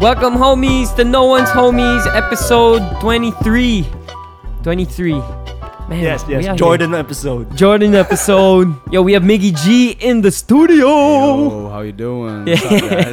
Welcome, homies, to No One's Homies, episode 23. 23. Man, Yes, we out yes. here. Jordan episode. Jordan episode. Yo, we have Miggy G in the studio. Yo, how you doing? Yay. What's up, guys?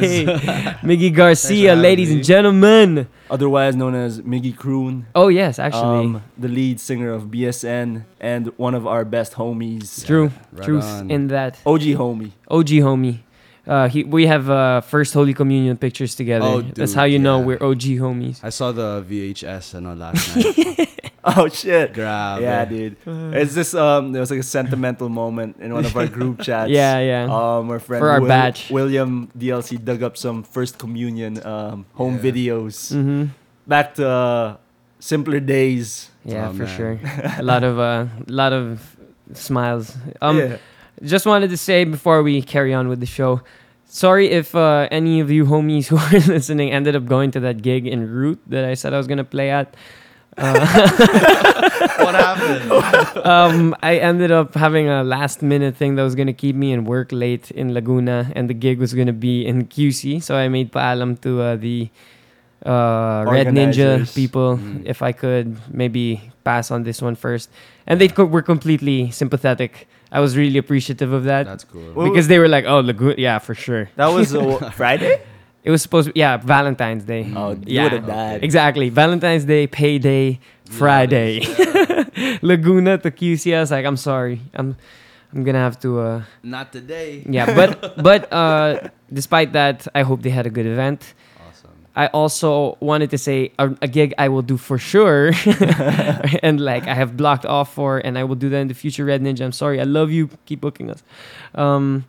Miggy Garcia, having ladies me. and gentlemen. Otherwise known as Miggy Kroon. Oh, yes, actually. Um, the lead singer of BSN and one of our best homies. True. right Truth on. in that. OG homie. OG homie. Uh, he, we have uh, first Holy Communion pictures together. Oh, That's dude, how you know yeah. we're OG homies. I saw the VHS and all last night. Oh shit. Grab. yeah, dude. It's just um there was like a sentimental moment in one of our group chats. Yeah, yeah. Um our friend For our Wil- batch. William DLC dug up some first communion um home Yeah. videos. hmm Back to uh, simpler days. Yeah, Oh, for man. sure. A lot of uh, lot of smiles. Um, yeah. just wanted to say before we carry on with the show, sorry if uh, any of you homies who are listening ended up going to that gig in Root that I said I was gonna play at. What happened? um, I ended up having a last minute thing that was gonna keep me in work late in Laguna, and the gig was gonna be in QC. So I made paalam to uh, the uh, Red Ninja Organizers. people Mm. if I could maybe pass on this one first, and they co- were completely sympathetic. I was really appreciative of that That's cool. Well- because they were like, "Oh, Laguna, yeah, for sure." That was uh, Friday? It was supposed, yeah, Valentine's Day. Oh, you Mm. Yeah. would have died. Exactly. Valentine's Day, payday, Friday. Laguna to QC. I was like, I'm sorry. I'm I'm gonna have to uh Not today. yeah, but but uh despite that, I hope they had a good event. Awesome. I also wanted to say a, a gig I will do for sure, and like I have blocked off for, and I will do that in the future. Red Ninja, I'm sorry, I love you. Keep booking us. Um,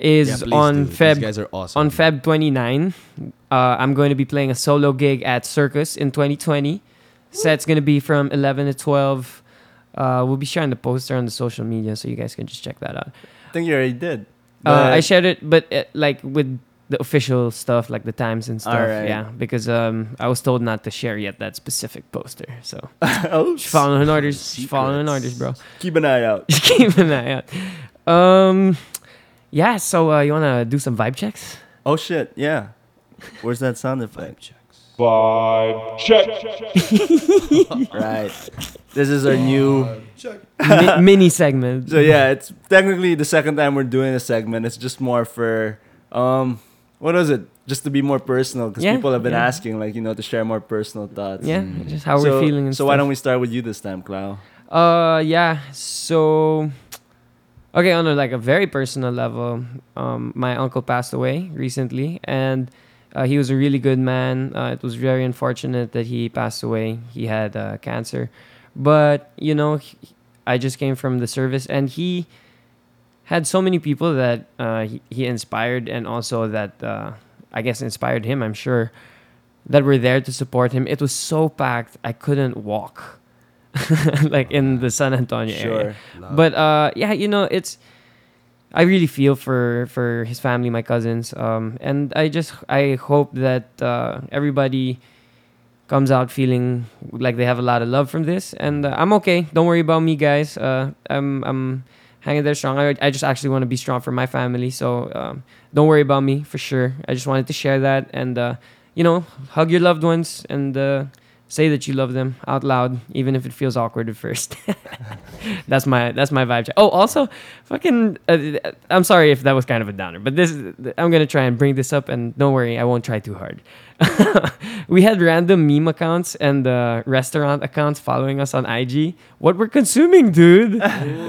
Yeah, is please on do. Feb These guys are awesome. on Feb 29, uh, I'm going to be playing a solo gig at Circus in 2020. Set's going to be from 11 to 12. Uh, we'll be sharing the poster on the social media, so you guys can just check that out. I think you already did. Uh, But- I shared it, but uh like with the official stuff, like the times and stuff. Alright. Yeah, because um, I was told not to share yet that specific poster. So Oops. just following orders, just following orders, Secrets. bro. Keep an eye out. Just keep an eye out. Um, yeah. So uh, you wanna do some vibe checks? Oh shit, yeah. Where's that sound effect? Vibe check. Right. This is our new. Mi- mini segment. So yeah, it's technically the second time we're doing a segment. It's just more for um, what is it? Just to be more personal, because Yeah, people have been yeah. asking, like you know, to share more personal thoughts. Yeah, Mm. just how so, we're feeling. And so why don't we start with you this time, Clow? we? Uh, yeah. So, okay, on a, like a very personal level, um, my uncle passed away recently, and uh, he was a really good man. Uh, it was very unfortunate that he passed away. He had uh, cancer, but you know, he- I just came from the service, and he had so many people that uh, he, he inspired, and also that uh, I guess inspired him. I'm sure that were there to support him. It was so packed, I couldn't walk, like in the San Antonio area. Sure. Love. But uh, yeah, you know, it's I really feel for for his family, my cousins, um, and I just I hope that uh, everybody comes out feeling like they have a lot of love from this, and uh, I'm okay. Don't worry about me, guys. Uh, I'm I'm hanging there strong. I, I just actually want to be strong for my family, so um, don't worry about me for sure. I just wanted to share that, and uh, you know, hug your loved ones and. Uh, Say that you love them out loud, even if it feels awkward at first. that's my that's my vibe check. Oh, also, fucking uh, i'm sorry if that was kind of a downer but this i'm gonna try and bring this up and don't worry i won't try too hard we had random meme accounts and uh, restaurant accounts following us on ig what we're consuming dude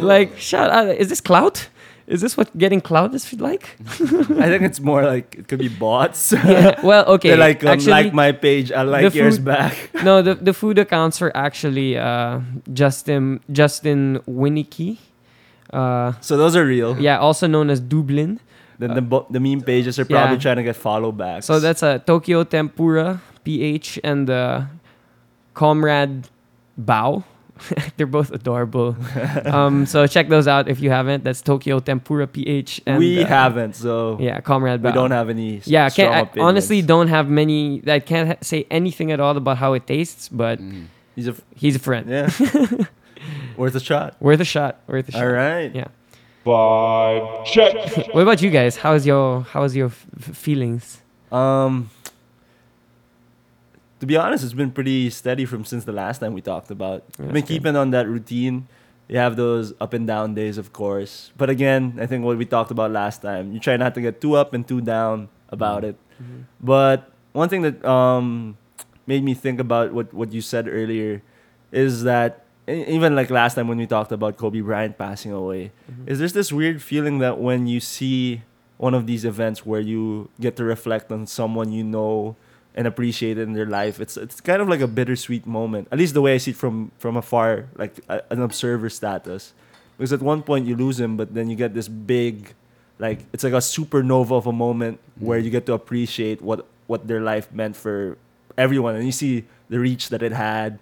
like shout out is this clout is this what getting clout is like I think it's more like it could be bots. yeah well okay They're like, um, actually, like my page, I like the yours food- back. no the, the food accounts were actually uh, justin justin Winicky, uh, So those are real. yeah also known as dublin Then the bo- the meme pages are probably yeah. trying to get follow backs. So that's a Tokyo Tempura PH and uh, Comrade Bao. They're both adorable. um, so check those out if you haven't. That's Tokyo Tempura PH and we uh, haven't. So yeah Comrade Bao. we don't have any. s- yeah, I strong can't, I opinions. honestly don't have many. I can't ha- say anything at all about how it tastes, but Mm. He's a f- he's a friend. Yeah. Worth a shot. Worth a shot. Worth a shot. All right. Yeah. Vibe check. What about you guys? How's your How's your f- f- feelings? Um, to be honest, it's been pretty steady from since the last time we talked about. Yeah, I've that's been good. keeping on that routine. You have those up and down days, of course. But again, I think what we talked about last time, you try not to get too up and too down about it. Mhm. But one thing that um, made me think about what, what you said earlier is that e- even like last time when we talked about Kobe Bryant passing away, Mhm. is there's this weird feeling that when you see one of these events where you get to reflect on someone you know and appreciate in their life, it's it's kind of like a bittersweet moment. At least the way I see it from from afar, like a, an observer status, because at one point you lose him, but then you get this big, like it's like a supernova of a moment where you get to appreciate what what their life meant for everyone, and you see the reach that it had,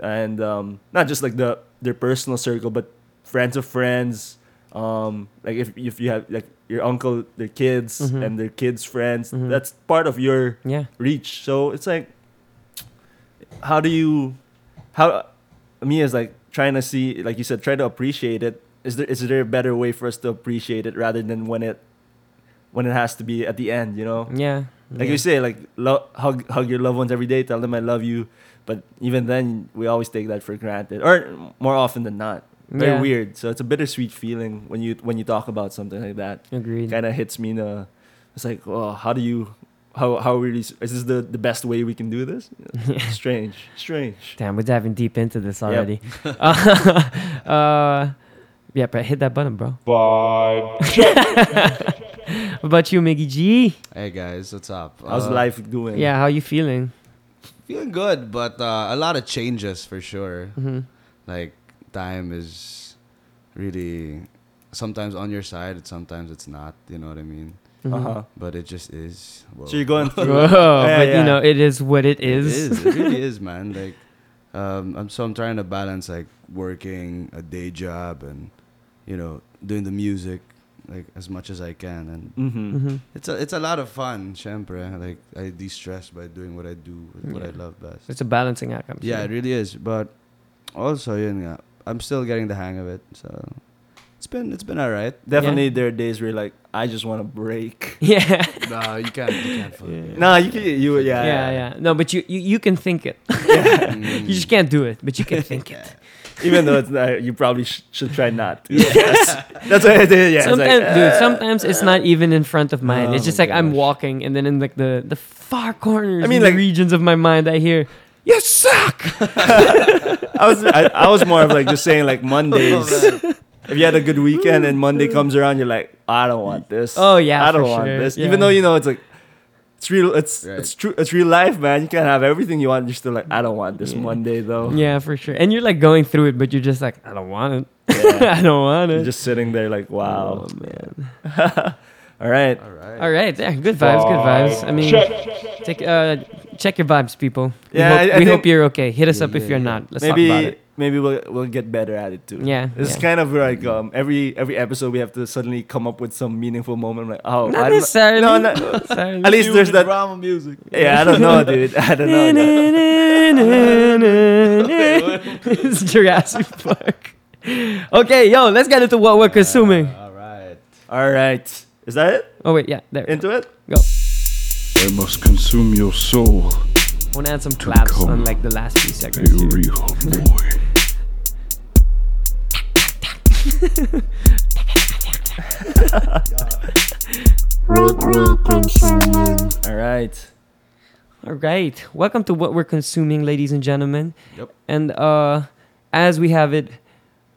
and um, not just like the their personal circle, but friends of friends. Um, like if if you have like your uncle, their kids, Mhm. and their kids' friends, Mhm. that's part of your Yeah. reach. So it's like, how do you, how, me is like trying to see, like you said, try to appreciate it. Is there is there a better way for us to appreciate it rather than when it, when it has to be at the end? You know, Yeah. like yeah. you say, like lo- hug hug your loved ones every day, tell them I love you. But even then, we always take that for granted, or more often than not. Very Yeah. weird. So it's a bittersweet feeling when you when you talk about something like that Agreed. kind of hits me in a it's like well how do you how how really is this the, the best way we can do this strange strange Damn, we're diving deep into this Yep. already. uh, uh, yeah, but hit that button, bro. vibe What about you, Miggy G? Hey guys, what's up? how's Uh, life doing Yeah, how you feeling? Feeling good, but uh, a lot of changes for sure. hmm Like time is really sometimes on your side, and sometimes it's not. You know what I mean? uh-huh But it just is. Whoa. so you're going mm-hmm. Whoa, through Yeah, but yeah. you know, it is what it It is. is. It really is, man. Like, um, I'm so I'm trying to balance like working a day job and you know doing the music like as much as I can, and mm-hmm. hmm it's a it's a lot of fun. Siempre. like I de-stress by doing what I do, what I Yeah. love best. It's a balancing act. I'm yeah, sure. it really is. But also, yun nga, I'm still getting the hang of it. So it's been it's been alright. definitely there are days where you're like i just want to break yeah. no, you can't. You can't fully. Yeah. Nah, you can- you- yeah. Mm. yeah, yeah. No, but you, you, you can think it. Mm. You just can't do it, but you can think it. even though it's not, you probably sh- should try not to yes. that's what i did yeah it's like, sometimes, dude, uh, sometimes it's not even in front of mine. Oh it's just my like I'm gosh. walking, and then in like the, the far corners, I I mean, mean, the like- regions of my mind, I hear, "You suck." i was I, I was more of like just saying like mondays Oh, if you had a good weekend and monday comes around you're like i don't want this Oh, yeah, i don't for want sure. this Yeah. even though you know it's like it's real it's Right. it's true it's real life man you can't have everything you want you're still like i don't want this Yeah. monday though Yeah, for sure. And you're like going through it, but you're just like, I don't want it. Yeah. I don't want you're it. just sitting there like wow Oh, man. all right All right. All right, yeah, good vibes, good vibes. I mean, take uh, check your vibes, people. We Yeah, hope, I- I we think- hope you're okay. Hit us up Yeah, if you're yeah. not. Let's talk about maybe it. maybe we'll we'll get better at it too Yeah, This is yeah. kind of like um, every every episode we have to suddenly come up with some meaningful moment like oh I not don't- necessarily. no, no, not necessarily. at least there's that drama music. yeah I don't know dude I don't know it's Jurassic Park. Okay, yo, let's get into what we're consuming. all right. all right is that it Oh wait, yeah, there. into it Go. I must consume your soul, I want to add some claps come. on like the last few you seconds. here. real boy. all right All right. Welcome to what we're consuming, ladies and gentlemen. Yep. And uh, as we have it,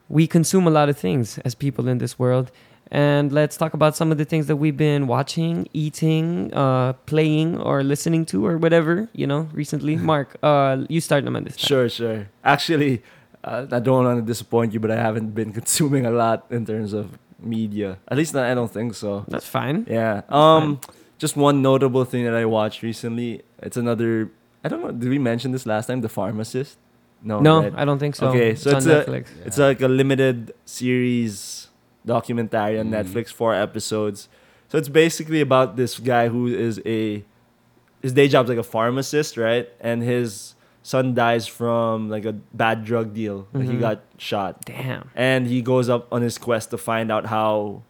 we consume a lot of things as people in this world. And let's talk about some of the things that we've been watching, eating, uh, playing, or listening to, or whatever, you know, recently. Mark, uh, you start them on this. time. Sure, sure. Actually, uh, I don't want to disappoint you, but I haven't been consuming a lot in terms of media. At least I don't think so. That's fine. Yeah. Um, just one notable thing that I watched recently. It's another. I don't know. Did we mention this last time? The Pharmacist. No. no, right? I don't think so. Okay, so it's, it's on a- Netflix. It's like a limited series documentary Mm-hmm. on Mm. Netflix, four episodes. So it's basically about this guy who is a his day job's like a pharmacist, right? And his son dies from like a bad drug deal. Like he Mhm. got shot. Damn. And he goes up on his quest to find out how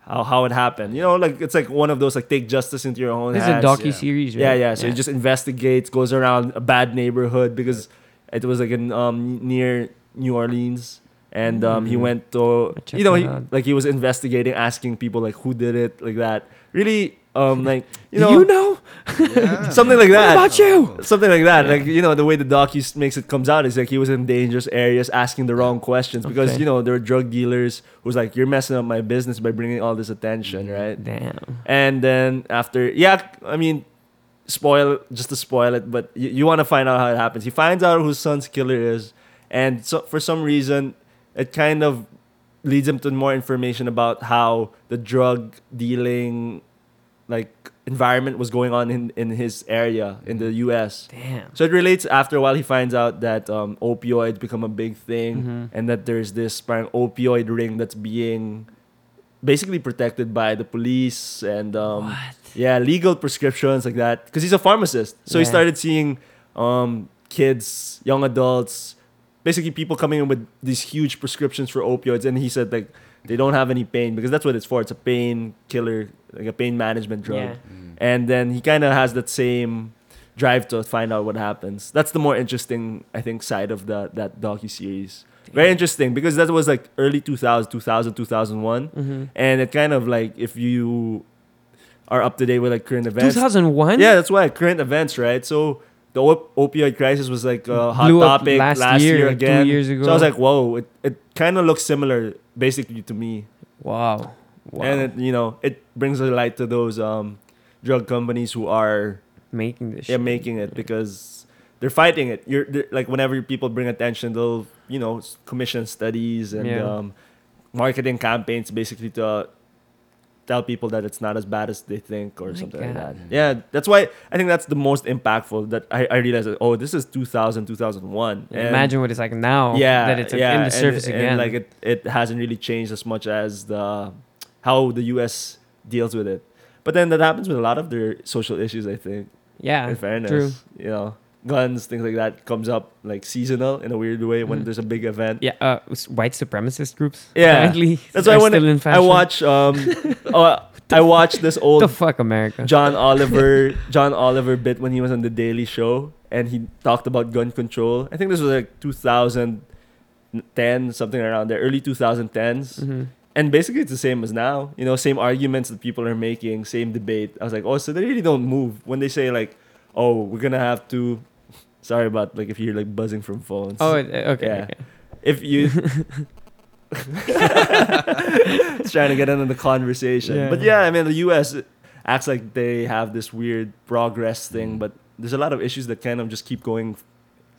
how how it happened. You know, like it's like one of those like take justice into your own It's a hands. docu series, Yeah, yeah. So he just investigates, goes around a bad neighborhood because it was like in um near New Orleans, and um he Mm. went to I checked you know that he, out. like he was investigating, asking people like who did it, like that. Really, um like you Do know, you know Yeah. something like that. about you? Something like that, Yeah. like you know, the way the docu s- makes it comes out is like he was in dangerous areas, asking the wrong questions because Okay. you know there were drug dealers who's like, "You're messing up my business by bringing all this attention, Mm-hmm. right?" Damn. And then after, yeah, I mean, spoil just to spoil it, but you, you want to find out how it happens. He finds out who his son's killer is, and so for some reason, it kind of leads him to more information about how the drug dealing, like environment was going on in, in his area in the U.S. Damn. So it relates after a while. He finds out that um, opioids become a big thing, Mhm. and that there's this parang opioid ring that's being basically protected by the police and um, what? yeah, legal prescriptions like that. Because he's a pharmacist, so he Yeah. started seeing um, kids, young adults, basically people coming in with these huge prescriptions for opioids, and he said like they don't have any pain because that's what it's for. It's a pain killer, like a pain management drug Yeah. Mm. and then he kind of has that same drive to find out what happens. That's the more interesting, I think, side of the, that docu series. Very interesting because that was like early 2000, 2000, 2001. Mhm. And it kind of like if you are up to date with like current events. 2001. Yeah, that's why current events, right? So the op- opioid crisis was like a hot Blew up topic last, last year, year, two again. years So I was ago. like, whoa, it, it kind of looks similar basically to me. Wow. Wow. And it, you know, it brings a light to those um, drug companies who are making this. yeah, shit. making it because they're fighting it. You're they're- like whenever people bring attention, they'll you know s- commission studies and Yeah. um, marketing campaigns basically to uh, tell people that it's not as bad as they think or Oh My something like God. that. Yeah, that's why I think that's the most impactful that I, I realized that oh this is 2000 2001. And Imagine what it's like now. yeah That it's like, yeah, in the and- surface and, again. like it it hasn't really changed as much as the how the U.S. deals with it. But then that happens with a lot of their social issues, I think yeah. in fairness, True. you know, guns, things like that comes up like seasonal in a weird way when Mhm. there's a big event. Yeah. Uh, s- white supremacist groups. Yeah. Apparently That's why are when still in I fashion. watch um, uh, I watch this What the old fuck America. John Oliver John Oliver bit when he was on the Daily Show and he talked about gun control. I think this was like 2010 something around there, early 2010s. Mhm. And basically it's the same as now. You know, same arguments that people are making, same debate. I was like, "Oh, so they really don't move when they say like, "Oh, we're going to have to Sorry about like if you're like buzzing from phones. Oh. it- Okay. Yeah. okay. if you it's trying to get into the conversation Yeah. but yeah i mean the us acts like they have this weird progress thing but there's a lot of issues that kind of just keep going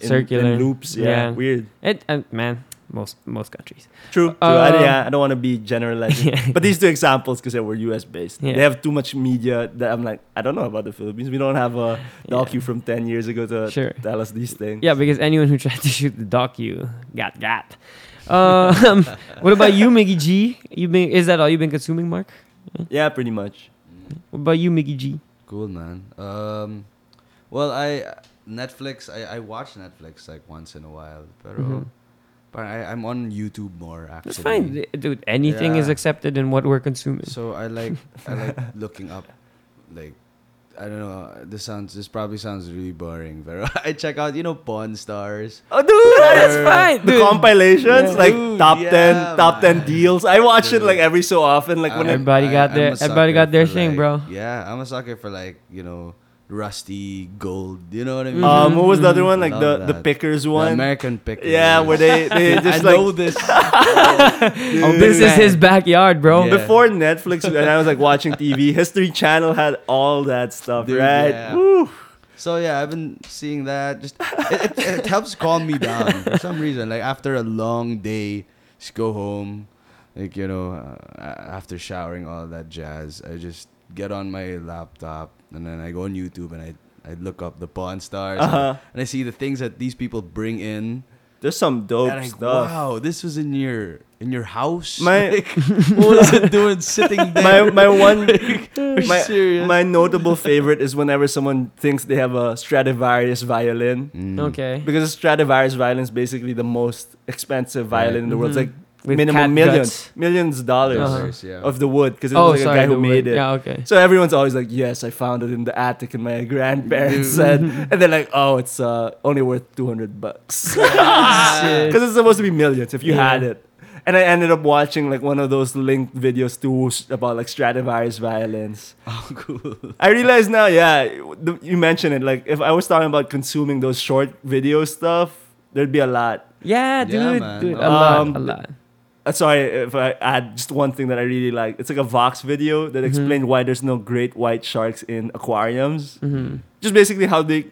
in, Circular. in loops yeah, Yeah. weird It. Uh, man. Most most countries. true, true. I, Um, yeah i don't want to be generalizing Yeah. but these two examples because they were us based Yeah. they have too much media that i'm like i don't know about the philippines we don't have a docu from 10 years ago to Sure. tell us these things Yeah, because anyone who tried to shoot the docu got got. Um, what about you, Miggy G? You been is that all you've been consuming, Mark? yeah pretty much What about you, Miggy G? Cool, man. Um, well, I Netflix. I, I watch Netflix like once in a while, Mhm. pero parang I, I'm on YouTube more actually. That's fine, d- dude. Anything is Yeah. accepted in what we're consuming. So I like I like looking up, like I don't know. This sounds this probably sounds really boring, pero I check out you know porn stars. Oh, dude, That's fine, The dude. compilations, Yeah. like Dude, top yeah, ten, top ten man. deals. I watch it Dude. like every so often, like when I- it, Everybody got I'm their- a everybody got sucker their for, thing, like- bro. Yeah, I'm a sucker for like you know rusty gold. You know what I mean? um, what was the other Mhm. one? Like the Love the that. pickers The one. American pickers. yeah, where they they just I like know this. oh, this is his backyard, bro. Yeah. before Netflix, and I was like watching TV. History Channel had all that stuff, Dude, right? yeah. Woo. So yeah, I've been seeing that. Just it, it, it helps calm me down for some reason. Like after a long day, just go home. Like you know, uh, after showering, all that jazz. I just get on my laptop and then I go on YouTube and I I look up the porn stars and- Uh-huh. and, I see the things that these people bring in. There's some dope and I stuff. wow, this was in your in your house. My- like, what was it doing sitting my there? my one my, serious? my notable favorite is whenever someone thinks they have a Stradivarius violin. Mm. Okay. Because a Stradivarius violin is basically the most expensive violin in the world. It's Mhm. like With cat minimum millions, guts. millions of dollars Uh-huh. yeah. of the wood because it Oh, was like sorry, a guy the who made word. it. Yeah, okay. So everyone's always like, "Yes, I found it in the attic in my grandparents' said," and they're like, "Oh, it's uh, only worth two hundred bucks Ah. because it's supposed to be millions if you Yeah. had it." And I ended up watching like one of those linked videos too s- about like Stradivarius violins. oh, cool. I realize now, yeah, the, you mentioned it. Like if I was talking about consuming those short video stuff, there'd be a lot. yeah, Yeah, dude, man. dude, a Um, lot, a lot. Uh, sorry if I add just one thing that I really like. It's like a Vox video Mm-hmm. that explained why there's no great white sharks in aquariums. hmm Just basically how they,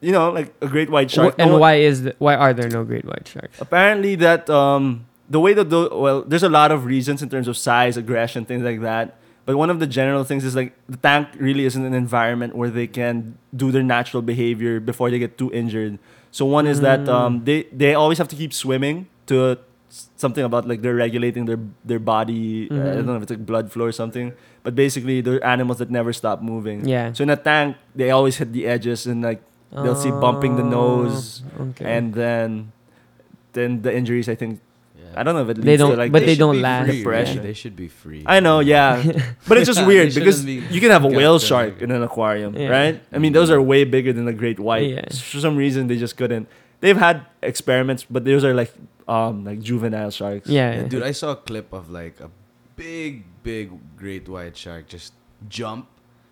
you know, like a great white shark. and no- why is the, why are there no great white sharks? Apparently, that um, the way that tho- well, there's a lot of reasons in terms of size, aggression, things like that. But one of the general things is like the tank really isn't an environment where they can do their natural behavior before they get too injured. So one is that Mm. um, they they always have to keep swimming to s- something about like they're regulating their their body. uh, I Mhm. don't know if it's like blood flow or something. But basically, they're animals that never stop moving. Yeah. So in a tank, they always hit the edges and like they'll see bumping the Oh, nose Okay. and then then the injuries I think I don't know if it leads They don't- to like but the- they should don't be last. free, Depression. man. They should be free. I know, yeah. But it's just They weird shouldn't because be you can have a whale kept, uh, shark in an aquarium, Yeah. right? I mean, those are way bigger than the great white. Yeah. S- For some reason, they just couldn't. They've had experiments, but those are like um like juvenile sharks. yeah, Yeah, yeah. dude, I saw a clip of like a big, big great white shark just jump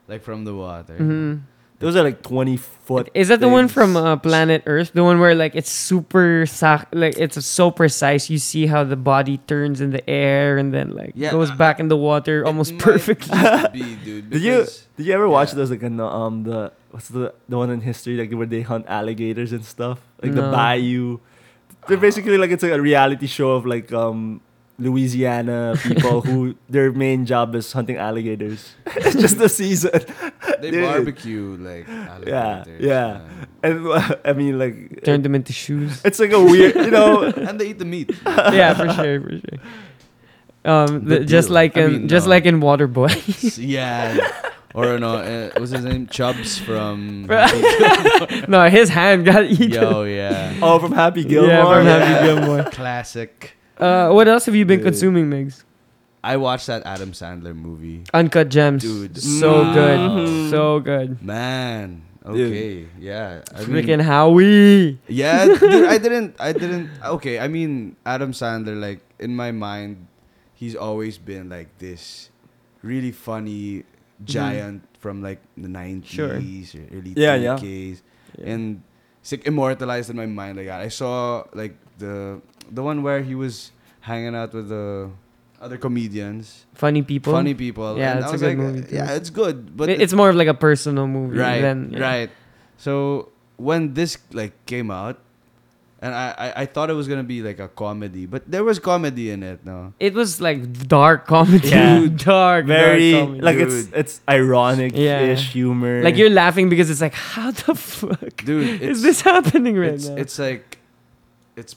like from the water. Mhm. Those are like twenty foot. Is that the one things. from uh, Planet Earth? The one where like it's super sac- like it's so precise. You see how the body turns in the air and then like Yeah, goes I- back in the water almost It might perfectly. just be, dude, Did you because- did you ever watch yeah. those like in the, um the what's the the one in history like where they hunt alligators and stuff like the No. bayou? They're basically like it's like a reality show of like um Louisiana people who their main job is hunting alligators. it's just the season, They Dude. barbecue like alligators. yeah. man. and uh, I mean like Turn them into shoes. it's like a weird you know And they eat the meat. yeah, for sure, for sure. Um, The the, just deal. like I in mean, just uh, like in Waterboy. yeah. Or no, uh, what's his name? Chubbs from. no, his hand got eaten. Yo, yeah. oh from Happy Gilmore. Yeah, from Yeah. Happy Gilmore. Classic. Uh, what else have you been Dude. consuming, Migs? I watched that Adam Sandler movie. Uncut Gems, Dude. Mm-hmm. So Mhm. good, so good. Man. Dude. Okay. Yeah. I mean- Freaking Howie. Yeah, dude, I didn't. I didn't. Okay, I mean, Adam Sandler, like, in my mind, he's always been like this really funny giant from like the Mm-hmm. 90s Sure. or early Yeah, yeah. 2000s. Yeah. And it's like immortalized in my mind like that. I saw like the the one where he was hanging out with the other comedians, Funny people. funny people. Yeah, and it's I a was good like, movie, too. yeah, it's good, but It- it's more of like a personal movie right than right so when this like came out and I, I i thought it was gonna be like a comedy but there was comedy in it no It was like dark comedy, Yeah. dark, Very dark comedy. like it's Dude. it's ironic ish Yeah. humor. Like you're laughing because it's like, how the fuck dude it's, is this happening right it's, now? it's like it's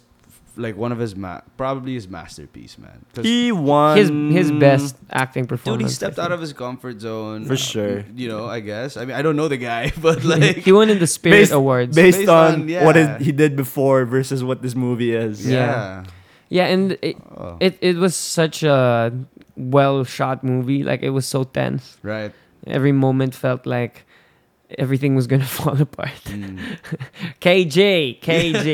like one of his ma- probably his masterpiece man 'Cause, he won his his best acting dude performance. he stepped I out of think. his comfort zone uh, For sure. you know i guess i mean i don't know the guy but like he won in the Spirit Based- Awards. based, Based on, on- what yeah. it, he did before versus what this movie is. yeah, yeah, and it, Oh, it it was such a well shot movie. Like it was so tense. right Every moment felt like everything was gonna fall apart. Mm. KJ, KJ,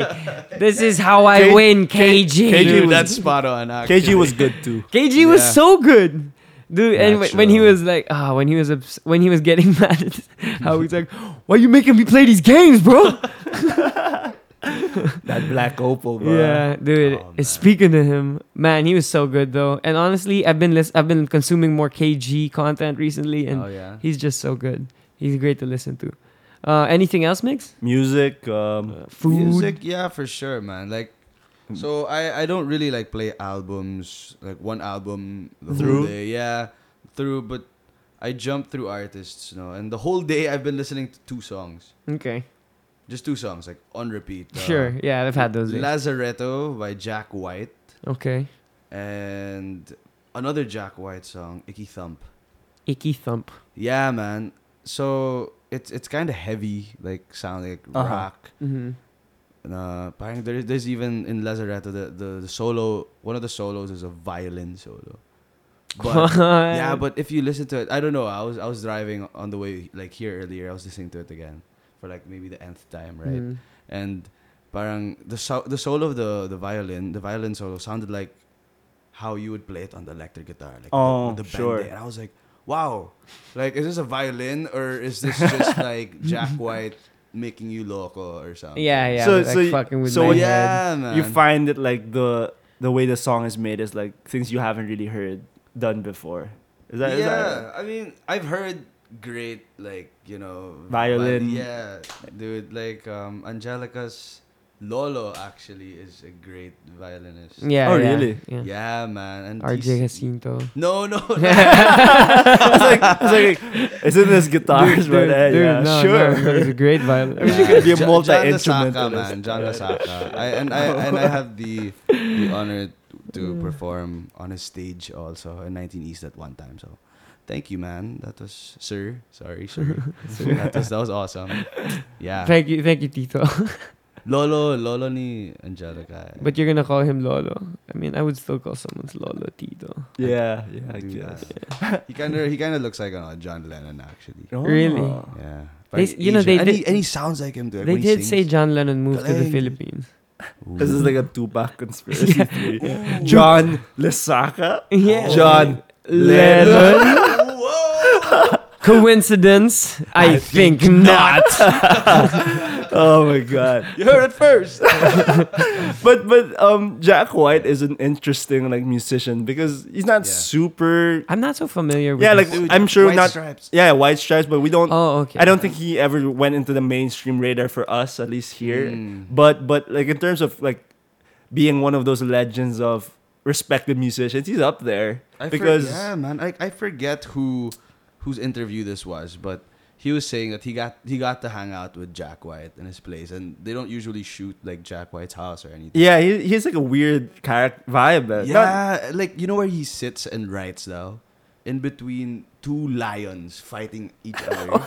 this is how I win, KJ. dude was- that's spot on KG actually. was good too. KG was Yeah. so good. Dude, and wh- when he was Natural. like, ah, when he was obs- when he was getting mad, at how he's like, why you making me play these games, bro? That black opal, bro. yeah, dude. Oh, man. it's speaking to him, man, he was so good though. And honestly, I've been lis- I've been consuming more KG content recently, and oh yeah he's just so good. He's great to listen to. Uh, anything else, Mix? Music, um, Food. Music, yeah, for sure, man. Like, so I I don't really like play albums like one album the whole Through? day. Yeah, through. But I jump through artists, you know. And the whole day I've been listening to two songs, Okay, just two songs, like on repeat. Uh, sure. Yeah, I've had those. days. Lazaretto by Jack White okay, and another Jack White song, Icky Thump. icky thump. Yeah, man. So it's it's kind of heavy, like sounding like Uh-huh. rock. hmm na parang there, there's even in Lazaretto the, the the solo one of the solos is a violin solo. But yeah, but if you listen to it, I don't know. I was I was driving on the way like here earlier. I was listening to it again for like maybe the nth time, right? Mm-hmm. Mm. and parang the so- the solo of the the violin the violin solo sounded like how you would play it on the electric guitar like Oh, the, the sure. bende. and I was like wow like is this a violin or is this just like Jack White making you loco or something Yeah, yeah. So- So, like so y- fucking with so my when- head. yeah man You find it like the the way the song is made is like things you haven't really heard done before. Is that is that- yeah I mean I've heard great like you know Violin. vi- yeah dude like um Angelica's Lolo actually is a great violinist Yeah. Oh, yeah, really? Yeah. yeah man and RJ he's- Jacinto. No, no. I was like, I was like, isn't this guitarist Dude, right there? dude, Yeah, no, sure. No, no, he's a great violin. I mean, you could be a John- multi-instrumentalist. John Lasaka, man. John Lasaka. I, and, I, and I have the, the honor to perform on a stage also in 19 East at one time. So thank you, man. That was, sir. Sorry, sir. that, was, that was awesome. Yeah. Thank you, thank you, Tito. Lolo, Lolo ni eh. Angelica. but you're gonna call him Lolo. I mean, I would still call someone's Lolo Tito. Yeah, yeah, I Do guess. he kind of he kind of looks like uh, John Lennon actually. Really? Oh. Yeah. They- Parang you know, they Asian. did- and, he, and he sounds like him. Dude. They when he did say sings. John Lennon moved to the Galing. Philippines. This is like a Tupac conspiracy theory. Ooh. John Lesaka? Yeah. John Lennon? Lennon. Coincidence? I, think, not. Oh my god. You heard it first. but but um Jack White is an interesting like musician because he's not Yeah. super I'm not so familiar with. Yeah, his- like I'm sure White not Stripes. Yeah, White Stripes, but we don't Oh, okay. I don't think he ever went into the mainstream radar for us, at least here. Mm. But but like in terms of like being one of those legends of respected musicians, he's up there. I because for, yeah, man, I, I forget who whose interview this was, but he was saying that he got he got to hang out with Jack White in his place, and they don't usually shoot like Jack White's house or anything. yeah, he, he's like a weird character vibe. man. Not- Yeah, like you know where he sits and writes now, in between two lions fighting each other,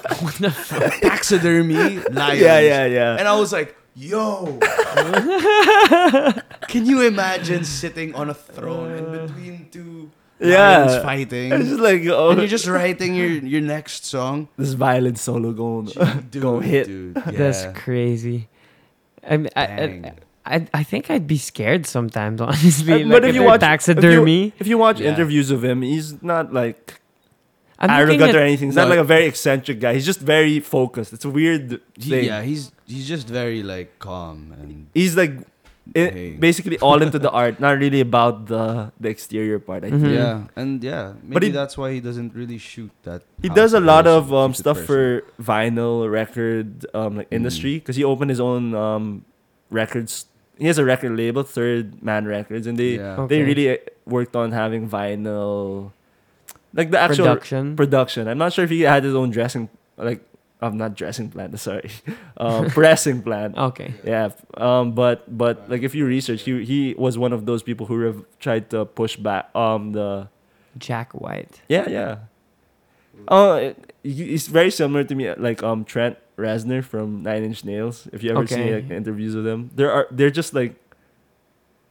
taxidermy lions. yeah, yeah, yeah. And I was like, yo, can you imagine sitting on a throne in between two Yeah. lions fighting? It's just like oh, and you're just writing your, your next song. this violin solo going. Dude, Go hit. Dude, yeah. That's crazy. I, mean, I, I, Dang. I I think I'd be scared sometimes, honestly. Uh, like, if they're taxidermy? If you, if you watch Yeah. interviews of him, he's not like I'm looking arrogant or at- anything. He's not No. like a very eccentric guy. He's just very focused. It's a weird He- thing. yeah, he's he's just very like calm and He's like i- Hey. basically all into the art, not really about the the exterior part. I think. Mhm. yeah, and yeah, maybe he- that's why he doesn't really shoot that. He house does a lot person, of um, shoot it stuff person. for vinyl record um, like Mm. industry because he opened his own um, records. He has a record label, Third Man Records, and they yeah. Okay. they really uh, worked on having vinyl, like the actual production. production. I'm not sure if he had his own dressing, like, I'm not dressing plant. Sorry, um, pressing plant. okay. Yeah, f- um, but but like if you research, he he was one of those people who rev- tried to push back um the Jack White. yeah yeah. Oh, it- he- he's very similar to me, like um Trent Reznor from Nine Inch Nails. If you ever see Okay. like, interviews with them, there are they're just like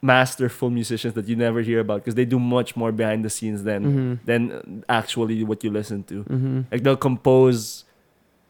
masterful musicians that you never hear about because they do much more behind the scenes than Mm-hmm. than actually what you listen to. Mm-hmm. Like they'll compose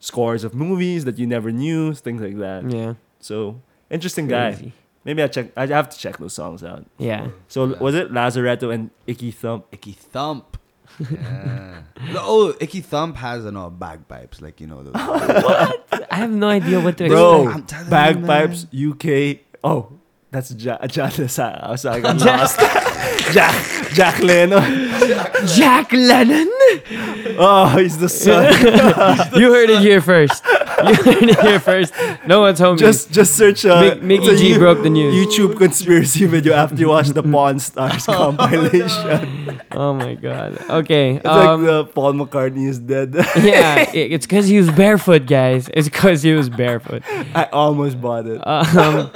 scores of movies that you never knew, things like that. Yeah. So interesting guy. Crazy. Maybe I check. I have to check those songs out. Yeah. So Yeah. was it Lazaretto and Icky Thump? Icky Thump. Yeah. oh, Icky Thump has an all bagpipes, like you know those. Oh, I have no idea what to Bro, expect. I'm Oh, telling you, Bagpipes UK. Oh, that's ja- John Lasaka. So I got lost. Jack Jack Leno. Jack Lennon. Oh, he's the son. you heard it here first. You heard it here first. No one's home. just just search. Uh, Mick- Mickey it's a G broke the news. YouTube conspiracy video after you watch the Pawn Stars compilation. oh my god. Okay. It's um, like the Paul McCartney is dead. yeah, i- it's because he was barefoot, guys. It's because he was barefoot. I Uh, almost bought it. Um,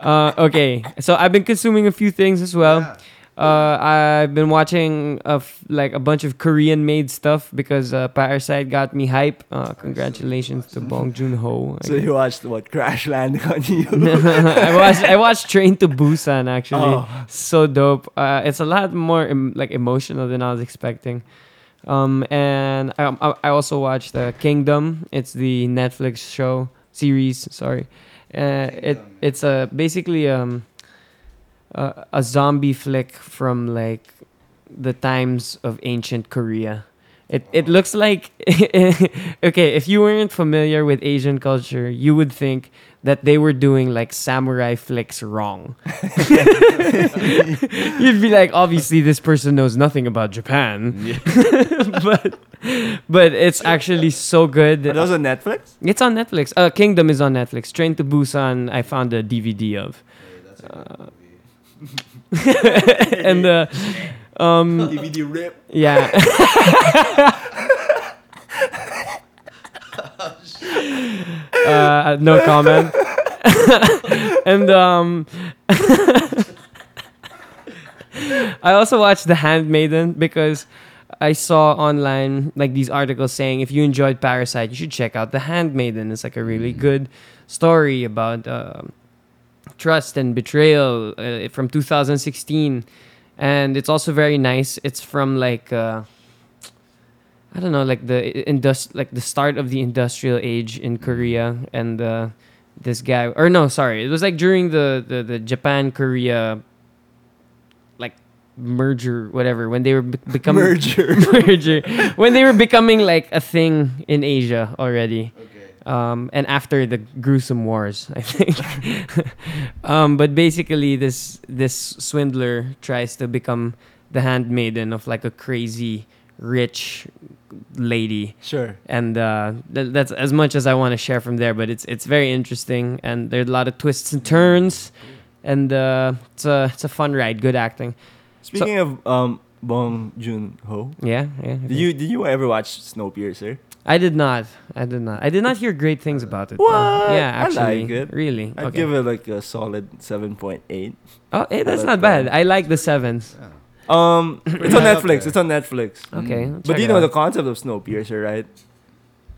uh, okay, so I've been consuming a few things as well. Uh, I've been watching a f- like a bunch of Korean made stuff because uh, Parasite got me hype. Uh, congratulations to Bong Joon Ho. So you watched what Crash Landing on You? I watched I watched Train to Busan actually. Oh. So dope. Uh, it's a lot more em- like emotional than I was expecting. Um, and I, I I also watched uh, Kingdom. It's the Netflix show series. Sorry, uh, it it's a basically um a, a zombie flick from like the times of ancient Korea. It it looks like okay. If you weren't familiar with Asian culture, you would think that they were doing like samurai flicks wrong. You'd be like, obviously, this person knows nothing about Japan, Yeah. but but it's actually so good. Are those on Netflix? It's on Netflix. Uh, Kingdom is on Netflix. Train to Busan, I found a DVD of, and uh, um, DVD rip. yeah. uh, no comment. and um, I also watched The Handmaiden because I saw online like these articles saying if you enjoyed Parasite, you should check out The Handmaiden. It's like a really good story about uh, trust and betrayal uh, from 2016 and it's also very nice. It's from like uh, I don't know, like the indust like the start of the industrial age in Korea, and uh, this guy or no, sorry, it was like during the the, the Japan Korea like merger whatever when they were be- becoming Merger. merger when they were becoming like a thing in Asia already Okay. um, and after the gruesome wars, I think. um, but basically, this this swindler tries to become the handmaiden of like a crazy rich lady, Sure. and uh, th- that's as much as I want to share from there. But it's it's very interesting, and there's a lot of twists and turns, and uh, it's a it's a fun ride. Good acting. Speaking of um, Bong Joon Ho, Yeah, yeah. okay. did you did you ever watch Snowpiercer? I did not. I did not. I did not hear great things about it. though. What? Yeah, I actually, like it. really. I'd give it like a solid seven point eight. Oh, hey, that's But, not bad. I like the sevens. Um, it's on Yeah, okay. Netflix. It's on Netflix. Okay, I'll Mm. But check it you know the out. concept of Snowpiercer, right?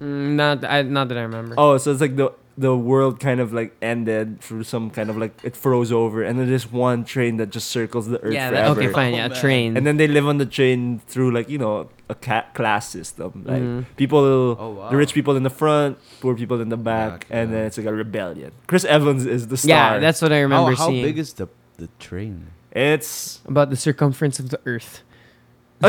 Mm, not I, not that I remember. Oh, so it's like the the world kind of like ended through some kind of like it froze over, and then there's one train that just circles the earth yeah. that- forever. okay, fine. Oh, Yeah, man. train. And then they live on the train through like you know a ca- class system, like Mhm. people, Oh, wow. the rich people in the front, poor people in the back, Okay. and then it's like a rebellion. Chris Evans is the star. yeah, that's what I remember How, how seeing big is the the train? it's about the circumference of the Earth. Oh,